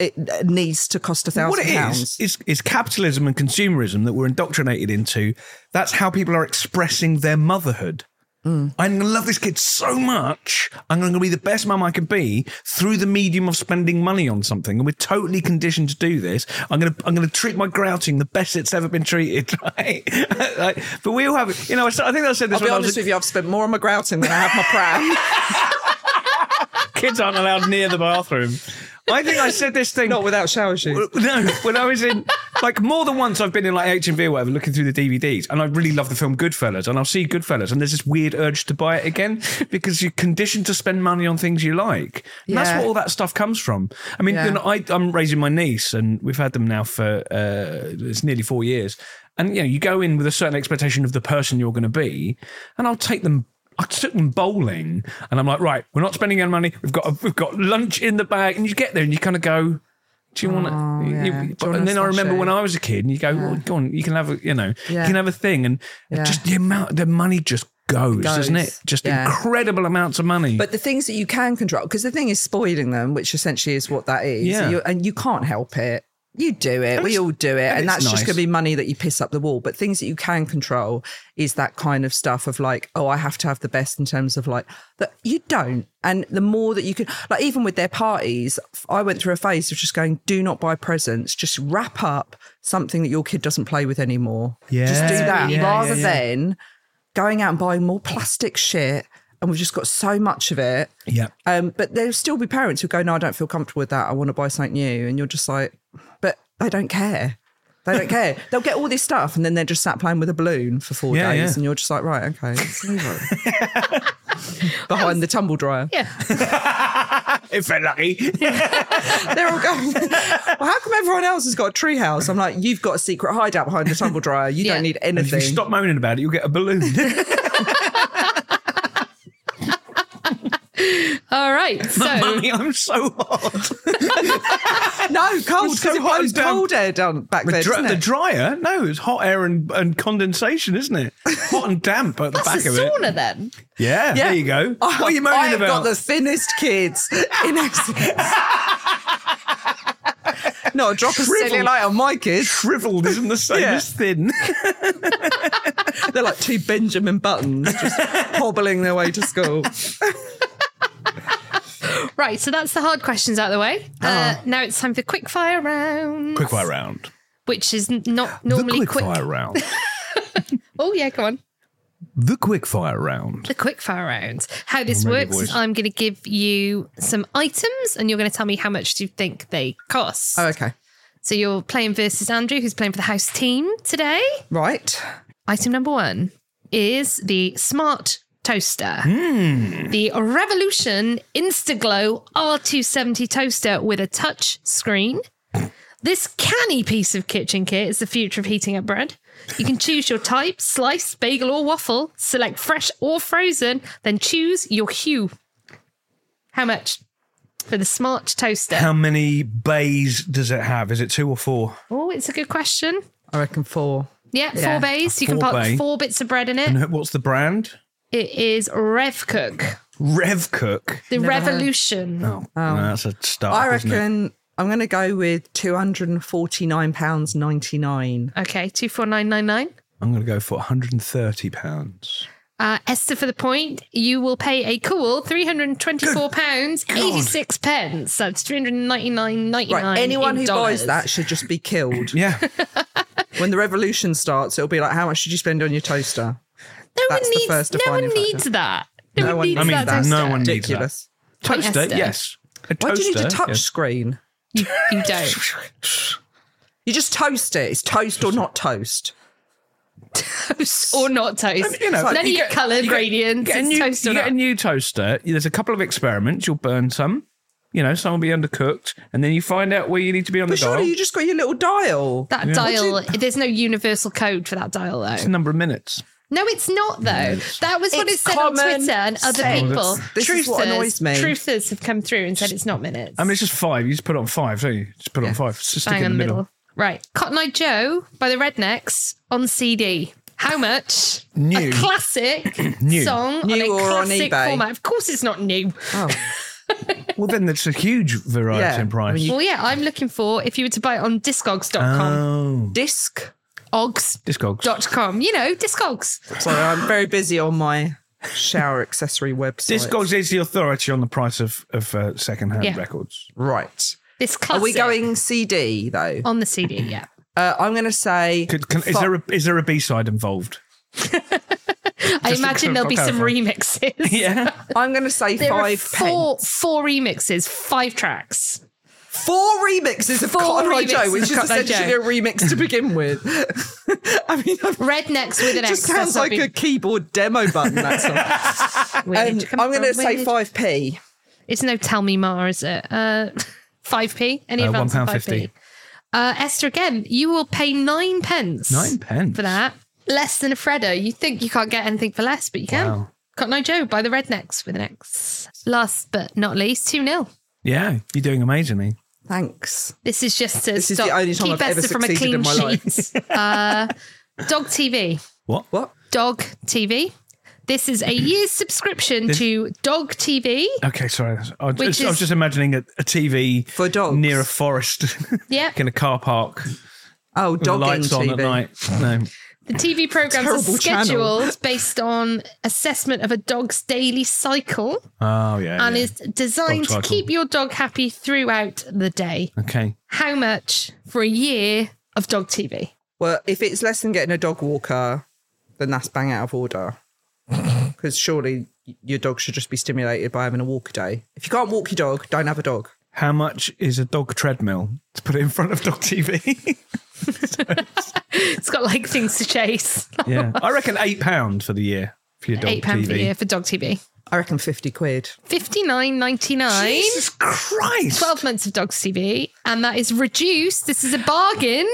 [SPEAKER 4] it needs to cost a
[SPEAKER 3] What
[SPEAKER 4] thousand
[SPEAKER 3] it is,
[SPEAKER 4] pounds?
[SPEAKER 3] is, is capitalism and consumerism that we're indoctrinated into. That's how people are expressing their motherhood.
[SPEAKER 4] Mm.
[SPEAKER 3] I'm going to love this kid so much. I'm going to be the best mum I can be through the medium of spending money on something. And we're totally conditioned to do this. I'm going to I'm going to treat my grouting the best it's ever been treated. Like, like, but we all have, you know, I s- I think I said this
[SPEAKER 4] I'll be
[SPEAKER 3] when I was a
[SPEAKER 4] honest with you, I've spent more on my grouting than I have my pram.
[SPEAKER 3] kids aren't allowed near the bathroom. I think I said this thing.
[SPEAKER 4] not without shower shoes.
[SPEAKER 3] no, when I was in, like, more than once, I've been in like H and V or whatever, looking through the DVDs, and I really love the film Goodfellas, and I'll see Goodfellas, and there's this weird urge to buy it again because you're conditioned to spend money on things you like. And That's
[SPEAKER 4] Yeah.
[SPEAKER 3] where all that stuff comes from. I mean,
[SPEAKER 4] Yeah.
[SPEAKER 3] you know, I, I'm raising my niece, and we've had them now for uh, it's nearly four years, and you know, you go in with a certain expectation of the person you're going to be, and I'll take them. I took them bowling, and I'm like, right, we're not spending any money. We've got we've got lunch in the bag, and you get there, and you kind of go, do you want to?
[SPEAKER 4] Oh, yeah.
[SPEAKER 3] you-
[SPEAKER 4] Do you
[SPEAKER 3] but-
[SPEAKER 4] want
[SPEAKER 3] and
[SPEAKER 4] a
[SPEAKER 3] then I remember
[SPEAKER 4] slushy?
[SPEAKER 3] when I was a kid, and you go, well, go on, you can have a, you know,
[SPEAKER 4] Yeah.
[SPEAKER 3] you can have a thing, and it
[SPEAKER 4] Yeah.
[SPEAKER 3] just the amount, the money just goes, doesn't
[SPEAKER 4] Goes.
[SPEAKER 3] it? Just
[SPEAKER 4] Yeah.
[SPEAKER 3] incredible amounts of money.
[SPEAKER 4] But the things that you can control, because the thing is spoiling them, which essentially is what that is.
[SPEAKER 3] Yeah.
[SPEAKER 4] You're- and you can't help it. You do it. we
[SPEAKER 3] it's-
[SPEAKER 4] all do it. And,
[SPEAKER 3] it's
[SPEAKER 4] that's
[SPEAKER 3] nice.
[SPEAKER 4] just going to be money that you piss up the wall. But things that you can control is that kind of stuff of like, oh, I have to have the best in terms of like, that you don't. And the more that you can, like, even with their parties, I went through a phase of just going, do not buy presents. Just wrap up something that your kid doesn't play with anymore. Just do
[SPEAKER 3] Yeah.
[SPEAKER 4] that
[SPEAKER 3] Yeah, yeah,
[SPEAKER 4] rather
[SPEAKER 3] yeah.
[SPEAKER 4] than going out and buying more plastic shit. And we've just got so much of it.
[SPEAKER 3] yeah,
[SPEAKER 4] Um, but there'll still be parents who go, No, I don't feel comfortable with that. I want to buy something new. And you're just like, But they don't care. They don't care. They'll get all this stuff and then they're just sat playing with a balloon for four
[SPEAKER 3] Yeah,
[SPEAKER 4] days.
[SPEAKER 3] yeah.
[SPEAKER 4] And you're just like, Right, okay. let's move on." Behind the tumble dryer.
[SPEAKER 1] yeah.
[SPEAKER 3] if they're lucky.
[SPEAKER 4] They're all going, Well, how come everyone else has got a tree house? I'm like, You've got a secret hideout behind the tumble dryer. You
[SPEAKER 1] Yeah.
[SPEAKER 4] don't need
[SPEAKER 3] if you
[SPEAKER 4] anything.
[SPEAKER 3] stop moaning about it, you'll get a balloon.
[SPEAKER 1] All right. So,
[SPEAKER 3] Mummy, I'm so hot.
[SPEAKER 4] No, cold,
[SPEAKER 3] It's
[SPEAKER 4] because
[SPEAKER 3] so
[SPEAKER 4] it
[SPEAKER 3] hot
[SPEAKER 4] blows
[SPEAKER 3] down-
[SPEAKER 4] cold air down back
[SPEAKER 3] The,
[SPEAKER 4] there.
[SPEAKER 3] dr-
[SPEAKER 4] doesn't
[SPEAKER 3] the
[SPEAKER 4] it?
[SPEAKER 3] dryer? No, it's hot air and, and condensation, isn't it? Hot and damp at the back
[SPEAKER 1] that's a
[SPEAKER 3] of it.
[SPEAKER 1] sauna then.
[SPEAKER 3] Yeah, there you go. What are you moaning
[SPEAKER 4] I have
[SPEAKER 3] about?
[SPEAKER 4] Oh, got the thinnest kids in excess. Not a drop of cellulite on my kids.
[SPEAKER 3] Shriveled isn't the same
[SPEAKER 4] Yeah.
[SPEAKER 3] as thin.
[SPEAKER 4] They're like two Benjamin Buttons just hobbling their way to school.
[SPEAKER 1] Right. So, that's the hard questions out of the way. Uh, now it's time for quickfire round,
[SPEAKER 3] Quickfire round.
[SPEAKER 1] which is n- not normally
[SPEAKER 3] the
[SPEAKER 1] quick.
[SPEAKER 3] quickfire round.
[SPEAKER 1] Oh, yeah. Come on.
[SPEAKER 3] The quickfire round.
[SPEAKER 1] the quickfire round. How this
[SPEAKER 3] Already
[SPEAKER 1] works is
[SPEAKER 3] voiced.
[SPEAKER 1] I'm going to give you some items and you're going to tell me how much do you think they cost.
[SPEAKER 4] Oh, okay.
[SPEAKER 1] So you're playing versus Andrew, who's playing for the house team today.
[SPEAKER 4] Right.
[SPEAKER 1] Item number one is the smart toaster,
[SPEAKER 3] Hmm.
[SPEAKER 1] the Revolution Instaglow R270 toaster with a touch screen. This canny piece of kitchen kit is the future of heating up bread. You can choose your type, slice, bagel, or waffle, select fresh or frozen, then choose your hue. How much? For the smart toaster.
[SPEAKER 3] How many bays does it have? Is it two or four?
[SPEAKER 1] oh, it's a good question.
[SPEAKER 4] I reckon four.
[SPEAKER 1] Yeah,
[SPEAKER 4] Yeah.
[SPEAKER 1] four bays. You can
[SPEAKER 3] Four
[SPEAKER 1] put
[SPEAKER 3] bay.
[SPEAKER 1] four bits of bread in it.
[SPEAKER 3] And what's the brand?
[SPEAKER 1] It is Revcook,
[SPEAKER 3] Revcook.
[SPEAKER 1] the revolution.
[SPEAKER 3] Oh, no, that's a start.
[SPEAKER 4] I
[SPEAKER 3] isn't it?
[SPEAKER 4] reckon I'm going to go with two hundred and forty nine pounds ninety nine.
[SPEAKER 1] Okay, 24999.
[SPEAKER 3] I'm going to go for 130 pounds.
[SPEAKER 1] Uh, Esther for the point, you will pay a cool three hundred and twenty-four pounds eighty-six pence. That's three hundred and ninety-nine ninety-nine.
[SPEAKER 4] Right, anyone
[SPEAKER 1] in
[SPEAKER 4] who
[SPEAKER 1] dollars.
[SPEAKER 4] buys that should just be killed.
[SPEAKER 3] Yeah,
[SPEAKER 4] when the revolution starts, it'll be like, how much did you spend on your toaster?
[SPEAKER 1] no one
[SPEAKER 4] that's the
[SPEAKER 1] needs,
[SPEAKER 4] first
[SPEAKER 1] no one
[SPEAKER 4] defining factor.
[SPEAKER 1] needs that. No, one needs
[SPEAKER 3] I mean,
[SPEAKER 1] that.
[SPEAKER 3] that- no
[SPEAKER 1] toaster.
[SPEAKER 3] one needs that.
[SPEAKER 4] Ridiculous.
[SPEAKER 1] Wait,
[SPEAKER 3] toaster.
[SPEAKER 1] Esther.
[SPEAKER 3] Yes. A
[SPEAKER 4] Why do you need a
[SPEAKER 3] toaster,
[SPEAKER 4] touch
[SPEAKER 3] yes.
[SPEAKER 4] screen?
[SPEAKER 1] You, you don't.
[SPEAKER 4] You just toast it. It's toast or not toast.
[SPEAKER 1] Toast or not toast.
[SPEAKER 3] you know,
[SPEAKER 1] None of
[SPEAKER 3] you
[SPEAKER 1] your
[SPEAKER 3] get-
[SPEAKER 1] coloured
[SPEAKER 3] you get-
[SPEAKER 1] gradients.
[SPEAKER 3] Get a
[SPEAKER 1] it's
[SPEAKER 3] new,
[SPEAKER 1] toast or
[SPEAKER 3] you get
[SPEAKER 1] not.
[SPEAKER 3] a new toaster. There's a couple of experiments. You'll burn some. You know, some will be undercooked, and then you find out where you need to be on the
[SPEAKER 4] But
[SPEAKER 3] dial.
[SPEAKER 4] surely you
[SPEAKER 3] It's
[SPEAKER 4] just got your little dial.
[SPEAKER 1] that dial, there's no universal code for that dial,
[SPEAKER 3] a
[SPEAKER 1] though.
[SPEAKER 3] number of minutes.
[SPEAKER 1] No, it's not, though. that was what it
[SPEAKER 4] It's
[SPEAKER 1] said on
[SPEAKER 4] common
[SPEAKER 1] Twitter and other
[SPEAKER 4] sense.
[SPEAKER 1] people.
[SPEAKER 4] This is what
[SPEAKER 1] Truthers-
[SPEAKER 4] annoys me.
[SPEAKER 1] Truthers have come through and said it's not minutes.
[SPEAKER 3] I mean, it's just five. You just put it on five, don't you? Just put it on five. Just stick
[SPEAKER 1] Bang
[SPEAKER 3] it in the middle.
[SPEAKER 1] Right. Cotton Eye Joe by the Rednecks on CD. How much?
[SPEAKER 3] New.
[SPEAKER 1] A classic
[SPEAKER 3] New.
[SPEAKER 1] song
[SPEAKER 4] New
[SPEAKER 1] on a
[SPEAKER 4] or on
[SPEAKER 1] classic
[SPEAKER 4] eBay?
[SPEAKER 1] format. Of course, it's not new.
[SPEAKER 4] Oh,
[SPEAKER 3] Well, then there's a huge variety
[SPEAKER 4] Yeah.
[SPEAKER 3] in
[SPEAKER 4] I
[SPEAKER 3] price.
[SPEAKER 4] mean, you-
[SPEAKER 1] Well, yeah, I'm looking for if you were to buy it on discogs.com,
[SPEAKER 3] oh,
[SPEAKER 4] disc.
[SPEAKER 1] Ogs.com.
[SPEAKER 3] Discogs.
[SPEAKER 1] You know, discogs.
[SPEAKER 4] Sorry, I'm very busy on my shower accessory website.
[SPEAKER 3] Discogs is the authority on the price of of uh, secondhand
[SPEAKER 1] Yeah.
[SPEAKER 3] records.
[SPEAKER 4] Right.
[SPEAKER 1] This
[SPEAKER 4] Are
[SPEAKER 1] classic.
[SPEAKER 4] we going CD though?
[SPEAKER 1] on the CD? Yeah.
[SPEAKER 4] Uh, I'm going to say.
[SPEAKER 3] Could, can, is
[SPEAKER 4] Fuck.
[SPEAKER 3] there a, is there a B side involved?
[SPEAKER 1] I
[SPEAKER 3] Just to
[SPEAKER 1] imagine there'll be some
[SPEAKER 3] clarify.
[SPEAKER 1] remixes.
[SPEAKER 3] Yeah.
[SPEAKER 4] I'm going to say
[SPEAKER 1] There are
[SPEAKER 4] five
[SPEAKER 1] four
[SPEAKER 4] pence.
[SPEAKER 1] four remixes, five tracks.
[SPEAKER 4] Four remixes of
[SPEAKER 1] Four
[SPEAKER 4] Cotton Eye
[SPEAKER 1] remixes
[SPEAKER 4] Joe,
[SPEAKER 1] of
[SPEAKER 4] which is
[SPEAKER 1] Cotton Eye
[SPEAKER 4] essentially
[SPEAKER 1] Joe.
[SPEAKER 4] a remix to begin with. I mean, I've
[SPEAKER 1] Rednecks with an
[SPEAKER 4] It just
[SPEAKER 1] X.
[SPEAKER 4] sounds
[SPEAKER 1] that's what
[SPEAKER 4] like
[SPEAKER 1] we-
[SPEAKER 4] a keyboard demo button. That's all.
[SPEAKER 1] Where
[SPEAKER 4] Um,
[SPEAKER 1] did you come
[SPEAKER 4] I'm going to
[SPEAKER 1] from? Where did
[SPEAKER 4] say
[SPEAKER 1] you-
[SPEAKER 4] five p.
[SPEAKER 1] It's no tell me ma, is it? Uh, 5p? Any
[SPEAKER 3] Uh,
[SPEAKER 1] advance on
[SPEAKER 3] 1.50.
[SPEAKER 1] 5p? Uh, Esther, again, you will pay nine pence.
[SPEAKER 3] Nine pence.
[SPEAKER 1] For that. Less than a Freddo. You think you can't get anything for less, but you can.
[SPEAKER 3] Wow.
[SPEAKER 1] Got no Joe by the Rednecks with an X. Last but not least, 2 0.
[SPEAKER 3] Yeah, you're doing amazingly.
[SPEAKER 4] Thanks.
[SPEAKER 1] This is just to
[SPEAKER 4] This is
[SPEAKER 1] stop,
[SPEAKER 4] the only time
[SPEAKER 1] keep
[SPEAKER 4] I've
[SPEAKER 1] Esther
[SPEAKER 4] ever
[SPEAKER 1] from a
[SPEAKER 4] succeeded
[SPEAKER 1] clean
[SPEAKER 4] in my life.
[SPEAKER 1] sheet. uh, Dog TV.
[SPEAKER 3] What?
[SPEAKER 4] What?
[SPEAKER 1] Dog TV. This is a year's subscription to Dog TV.
[SPEAKER 3] Okay, sorry. I was,
[SPEAKER 1] Which
[SPEAKER 3] I was
[SPEAKER 1] is-
[SPEAKER 3] just imagining a, a TV
[SPEAKER 4] For dogs.
[SPEAKER 3] near a forest,
[SPEAKER 1] Yeah.
[SPEAKER 3] like in a car park, with
[SPEAKER 4] Oh,
[SPEAKER 3] the
[SPEAKER 4] dogging
[SPEAKER 3] lights on
[SPEAKER 4] TV.
[SPEAKER 3] at night. No,
[SPEAKER 1] The TV programs are
[SPEAKER 4] Terrible channel.
[SPEAKER 1] scheduled based on assessment of a dog's daily cycle
[SPEAKER 3] oh yeah,
[SPEAKER 1] and
[SPEAKER 3] yeah.
[SPEAKER 1] is designed
[SPEAKER 3] Dog
[SPEAKER 1] to
[SPEAKER 3] cycle.
[SPEAKER 1] keep your dog happy throughout the day.
[SPEAKER 3] okay.
[SPEAKER 1] How much for a year of dog TV?
[SPEAKER 4] Well, if it's less than getting a dog walker, then that's bang out of order. Because surely your dog should just be stimulated by having a walk a day. If you can't walk your dog, don't have a dog.
[SPEAKER 3] How much is a dog treadmill to put it in front of dog TV?
[SPEAKER 1] It's got like things to chase.
[SPEAKER 3] yeah, I reckon eight pound for the year for your dog
[SPEAKER 1] Eight pound
[SPEAKER 3] TV.
[SPEAKER 1] per year for dog TV.
[SPEAKER 4] I reckon fifty quid.
[SPEAKER 1] Fifty nine ninety nine.
[SPEAKER 3] Jesus Christ!
[SPEAKER 1] Twelve months of dog TV, and that is reduced. This is a bargain.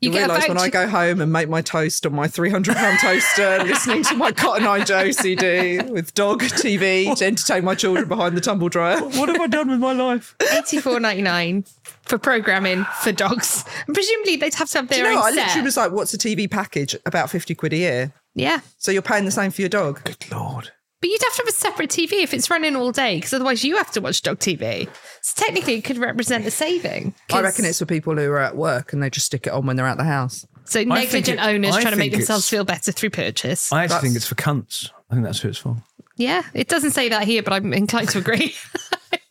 [SPEAKER 1] You,
[SPEAKER 4] You
[SPEAKER 1] get a
[SPEAKER 4] realise when
[SPEAKER 1] voucher-
[SPEAKER 4] I go home and make my toast on my three hundred pound toaster, listening to my Cotton Eye Joe CD with dog TV to entertain my children behind the tumble dryer.
[SPEAKER 3] What have I done with my life?
[SPEAKER 1] eighty four ninety nine for programming for dogs. And presumably they'd have to have their
[SPEAKER 4] No,
[SPEAKER 1] own
[SPEAKER 4] I
[SPEAKER 1] set.
[SPEAKER 4] literally was like, "What's a TV package? About fifty quid a year."
[SPEAKER 1] yeah,
[SPEAKER 4] So you're paying the same for your dog.
[SPEAKER 3] Good lord!
[SPEAKER 1] but you'd have to have a separate TV if it's running all day, because otherwise you have to watch dog TV. So technically, it could represent a saving.
[SPEAKER 4] I
[SPEAKER 1] 'cause-
[SPEAKER 4] reckon it's for people who are at work and they just stick it on when they're at the house.
[SPEAKER 1] so
[SPEAKER 3] think
[SPEAKER 1] negligent
[SPEAKER 3] it-
[SPEAKER 1] owners
[SPEAKER 3] I
[SPEAKER 1] trying to make
[SPEAKER 3] think
[SPEAKER 1] themselves
[SPEAKER 3] it's-
[SPEAKER 1] feel better through purchase.
[SPEAKER 3] I actually think
[SPEAKER 4] That's-
[SPEAKER 3] it's for cunts. I think that's who it's for.
[SPEAKER 1] yeah, it doesn't say that here, but I'm inclined to agree.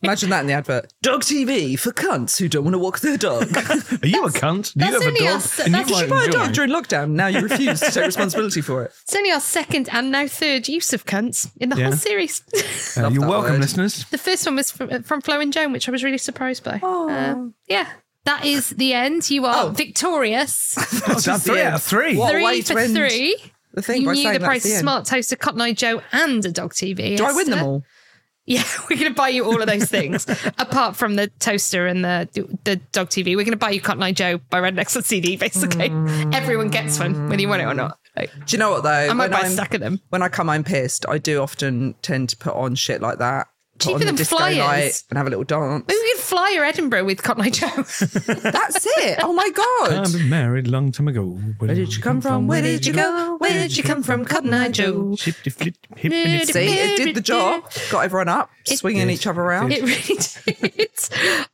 [SPEAKER 4] Imagine that in the advert. Oh, Dog TV for cunts who don't want to walk their dog.
[SPEAKER 3] Are you a cunt? Do you
[SPEAKER 1] that's
[SPEAKER 3] have a
[SPEAKER 1] only
[SPEAKER 3] dog?
[SPEAKER 1] us-
[SPEAKER 3] And
[SPEAKER 1] that's-
[SPEAKER 3] you
[SPEAKER 1] Did you
[SPEAKER 3] might
[SPEAKER 4] My
[SPEAKER 3] enjoy
[SPEAKER 4] dog
[SPEAKER 3] it.
[SPEAKER 4] during lockdown. Now you refuse to take responsibility for it.
[SPEAKER 1] it's only our second and now third use of cunts in the whole
[SPEAKER 3] Yeah.
[SPEAKER 1] series.
[SPEAKER 3] Uh,
[SPEAKER 4] Love
[SPEAKER 3] you're
[SPEAKER 4] that
[SPEAKER 3] welcome,
[SPEAKER 4] word.
[SPEAKER 3] listeners.
[SPEAKER 1] The first one was from, from Flo and Joan, which I was really surprised by.
[SPEAKER 3] Oh.
[SPEAKER 1] Uh, yeah. That is the end. You are
[SPEAKER 4] Oh.
[SPEAKER 1] victorious.
[SPEAKER 3] That's
[SPEAKER 4] just
[SPEAKER 3] three
[SPEAKER 4] the
[SPEAKER 3] out of
[SPEAKER 4] end.
[SPEAKER 3] three.
[SPEAKER 4] What?
[SPEAKER 1] three
[SPEAKER 4] way to
[SPEAKER 1] for
[SPEAKER 4] end
[SPEAKER 1] three.
[SPEAKER 4] The thing
[SPEAKER 1] You
[SPEAKER 4] by
[SPEAKER 1] knew
[SPEAKER 4] saying
[SPEAKER 1] the
[SPEAKER 4] that's
[SPEAKER 1] price
[SPEAKER 4] the
[SPEAKER 1] of
[SPEAKER 4] end.
[SPEAKER 1] smart toaster, Cotton Eye Joe, and a dog TV.
[SPEAKER 4] Do I win them
[SPEAKER 1] Esther.
[SPEAKER 4] all?
[SPEAKER 1] Yeah, we're going to buy you all of those things, apart from the toaster and the the dog TV. We're going to buy you Cotton Eye Joe by Rednecks on CD, basically.
[SPEAKER 4] Mm.
[SPEAKER 1] Everyone gets one, whether you want it or not. Like,
[SPEAKER 4] Do you know what though?
[SPEAKER 1] I might
[SPEAKER 4] When
[SPEAKER 1] buy a
[SPEAKER 4] I'm-
[SPEAKER 1] stack of them.
[SPEAKER 4] When I come home pissed, I do often tend to put on shit like that. Put
[SPEAKER 1] Cheaper
[SPEAKER 4] on the
[SPEAKER 1] than
[SPEAKER 4] disco
[SPEAKER 1] flyers.
[SPEAKER 4] light and have a little dance.
[SPEAKER 1] Maybe we could fly your Edinburgh with Cotton Eye Joe.
[SPEAKER 4] That's it. Oh my god.
[SPEAKER 3] I've been married long time ago. Where,
[SPEAKER 4] did you come from? Where did you go? Where did you come from? Cotton Eye Joe.
[SPEAKER 3] Shifty, flip, hip, and it's-
[SPEAKER 4] See, it did the job. Got everyone up, swinging
[SPEAKER 3] Yes,
[SPEAKER 4] each other around.
[SPEAKER 1] It really did.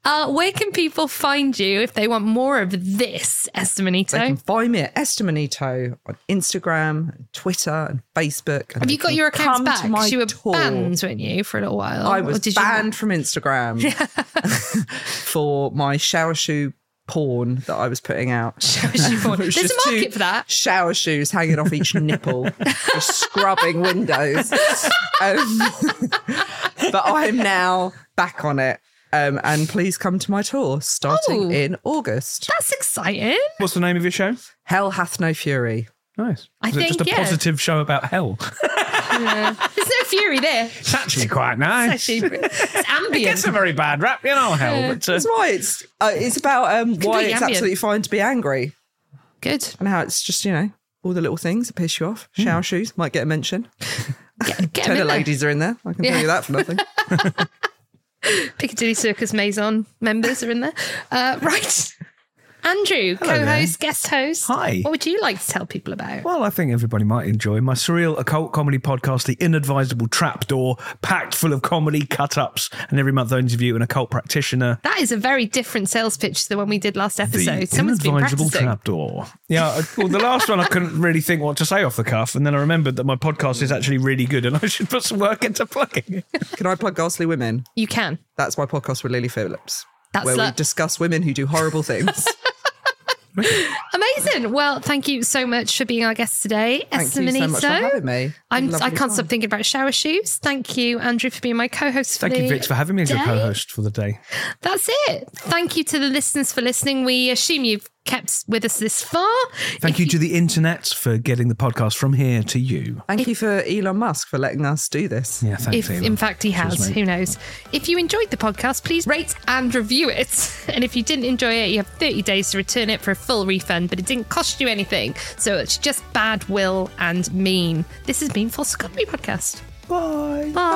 [SPEAKER 1] Uh, where can people find you if they want more of this, Esther Manito?
[SPEAKER 4] They can find me at Estemanito on Instagram, Twitter, and Facebook. and
[SPEAKER 1] Have
[SPEAKER 4] they
[SPEAKER 1] you got
[SPEAKER 4] can
[SPEAKER 1] your accounts
[SPEAKER 4] come
[SPEAKER 1] back?
[SPEAKER 4] to my
[SPEAKER 1] 'Cause You were
[SPEAKER 4] tour.
[SPEAKER 1] banned, weren't you, for a little while?
[SPEAKER 4] I
[SPEAKER 1] Or
[SPEAKER 4] was
[SPEAKER 1] did you-
[SPEAKER 4] banned from Instagram for my shower shoe porn that I was putting out.
[SPEAKER 1] There's a
[SPEAKER 4] It was
[SPEAKER 1] market
[SPEAKER 4] just two
[SPEAKER 1] for that.
[SPEAKER 4] Shower shoes hanging off each nipple, just scrubbing windows. Um, but I am now back on it. Um, and please come to my tour starting
[SPEAKER 1] Oh.
[SPEAKER 4] in August.
[SPEAKER 1] That's exciting.
[SPEAKER 3] What's the name of your show?
[SPEAKER 4] Hell hath no fury.
[SPEAKER 3] Nice.
[SPEAKER 1] I
[SPEAKER 3] Is
[SPEAKER 1] think,
[SPEAKER 3] it just a
[SPEAKER 1] yeah.
[SPEAKER 3] positive show about hell?
[SPEAKER 1] There's no fury there.
[SPEAKER 3] It's actually quite nice.
[SPEAKER 1] Actually, it's
[SPEAKER 3] it
[SPEAKER 1] ambient.
[SPEAKER 3] gets a very bad rap, you know, hell. But, uh,
[SPEAKER 4] That's why it's uh, it's about um, why
[SPEAKER 1] Completely
[SPEAKER 4] it's
[SPEAKER 1] ambient.
[SPEAKER 4] absolutely fine to be angry
[SPEAKER 1] Good.
[SPEAKER 4] and how it's just you know all the little things that piss you off. Shower shoes might get a mention.
[SPEAKER 1] Hmm. Get, get 'em
[SPEAKER 4] Ten
[SPEAKER 1] in
[SPEAKER 4] of
[SPEAKER 1] there.
[SPEAKER 4] ladies are in there. I can
[SPEAKER 1] Yeah.
[SPEAKER 4] tell you that for nothing.
[SPEAKER 1] Piccadilly Circus Maison members are in there. Uh, right. Andrew,
[SPEAKER 3] Hello
[SPEAKER 1] co host,
[SPEAKER 3] there.
[SPEAKER 1] guest host.
[SPEAKER 3] Hi.
[SPEAKER 1] What would you like to tell people about?
[SPEAKER 3] Well, I think everybody might enjoy my surreal occult comedy podcast, The Inadvisable Trapdoor, packed full of comedy cut ups. And every month I interview an occult practitioner.
[SPEAKER 1] That is a very different sales pitch to the one we did last
[SPEAKER 3] The
[SPEAKER 1] episode. Someone's been
[SPEAKER 3] Inadvisable
[SPEAKER 1] practicing.
[SPEAKER 3] Trapdoor. Yeah, I- well, the last one I couldn't really think what to say off the cuff. And then I remembered that my podcast is actually really good and I should put some work into plugging it.
[SPEAKER 4] Can I plug Ghastly Women?
[SPEAKER 1] You can.
[SPEAKER 4] That's my podcast with Lily Phillips,
[SPEAKER 1] That's
[SPEAKER 4] where we
[SPEAKER 1] that-
[SPEAKER 4] discuss women who do horrible things.
[SPEAKER 1] Amazing. Well, thank you so much for being our guest today,
[SPEAKER 4] Thank
[SPEAKER 1] Esther
[SPEAKER 4] you so much for
[SPEAKER 1] Minito.
[SPEAKER 4] having me.
[SPEAKER 1] I'm,
[SPEAKER 4] Lovely
[SPEAKER 1] I can't stop
[SPEAKER 4] time.
[SPEAKER 1] thinking about shower shoes. Thank you, Andrew, for being my co-host.
[SPEAKER 3] Thank
[SPEAKER 1] for
[SPEAKER 3] you,
[SPEAKER 1] the
[SPEAKER 3] Vix, for having me as your
[SPEAKER 1] day.
[SPEAKER 3] co host for the day.
[SPEAKER 1] That's it. Thank you to the listeners for listening. We assume you've kept with us this far.
[SPEAKER 3] Thank you to the internet for getting the podcast from here to you.
[SPEAKER 4] Thank you for Elon Musk for letting us do this.
[SPEAKER 3] Yeah, thanks.
[SPEAKER 1] If
[SPEAKER 3] Elon.
[SPEAKER 1] in fact he has,
[SPEAKER 3] mate.
[SPEAKER 1] who knows? If you enjoyed the podcast, please rate and review it. And if you didn't enjoy it, you have 30 days to return it for a full refund, but it didn't cost you anything. So it's just bad will and mean. This has been False Economy Podcast.
[SPEAKER 3] Bye.
[SPEAKER 1] Bye.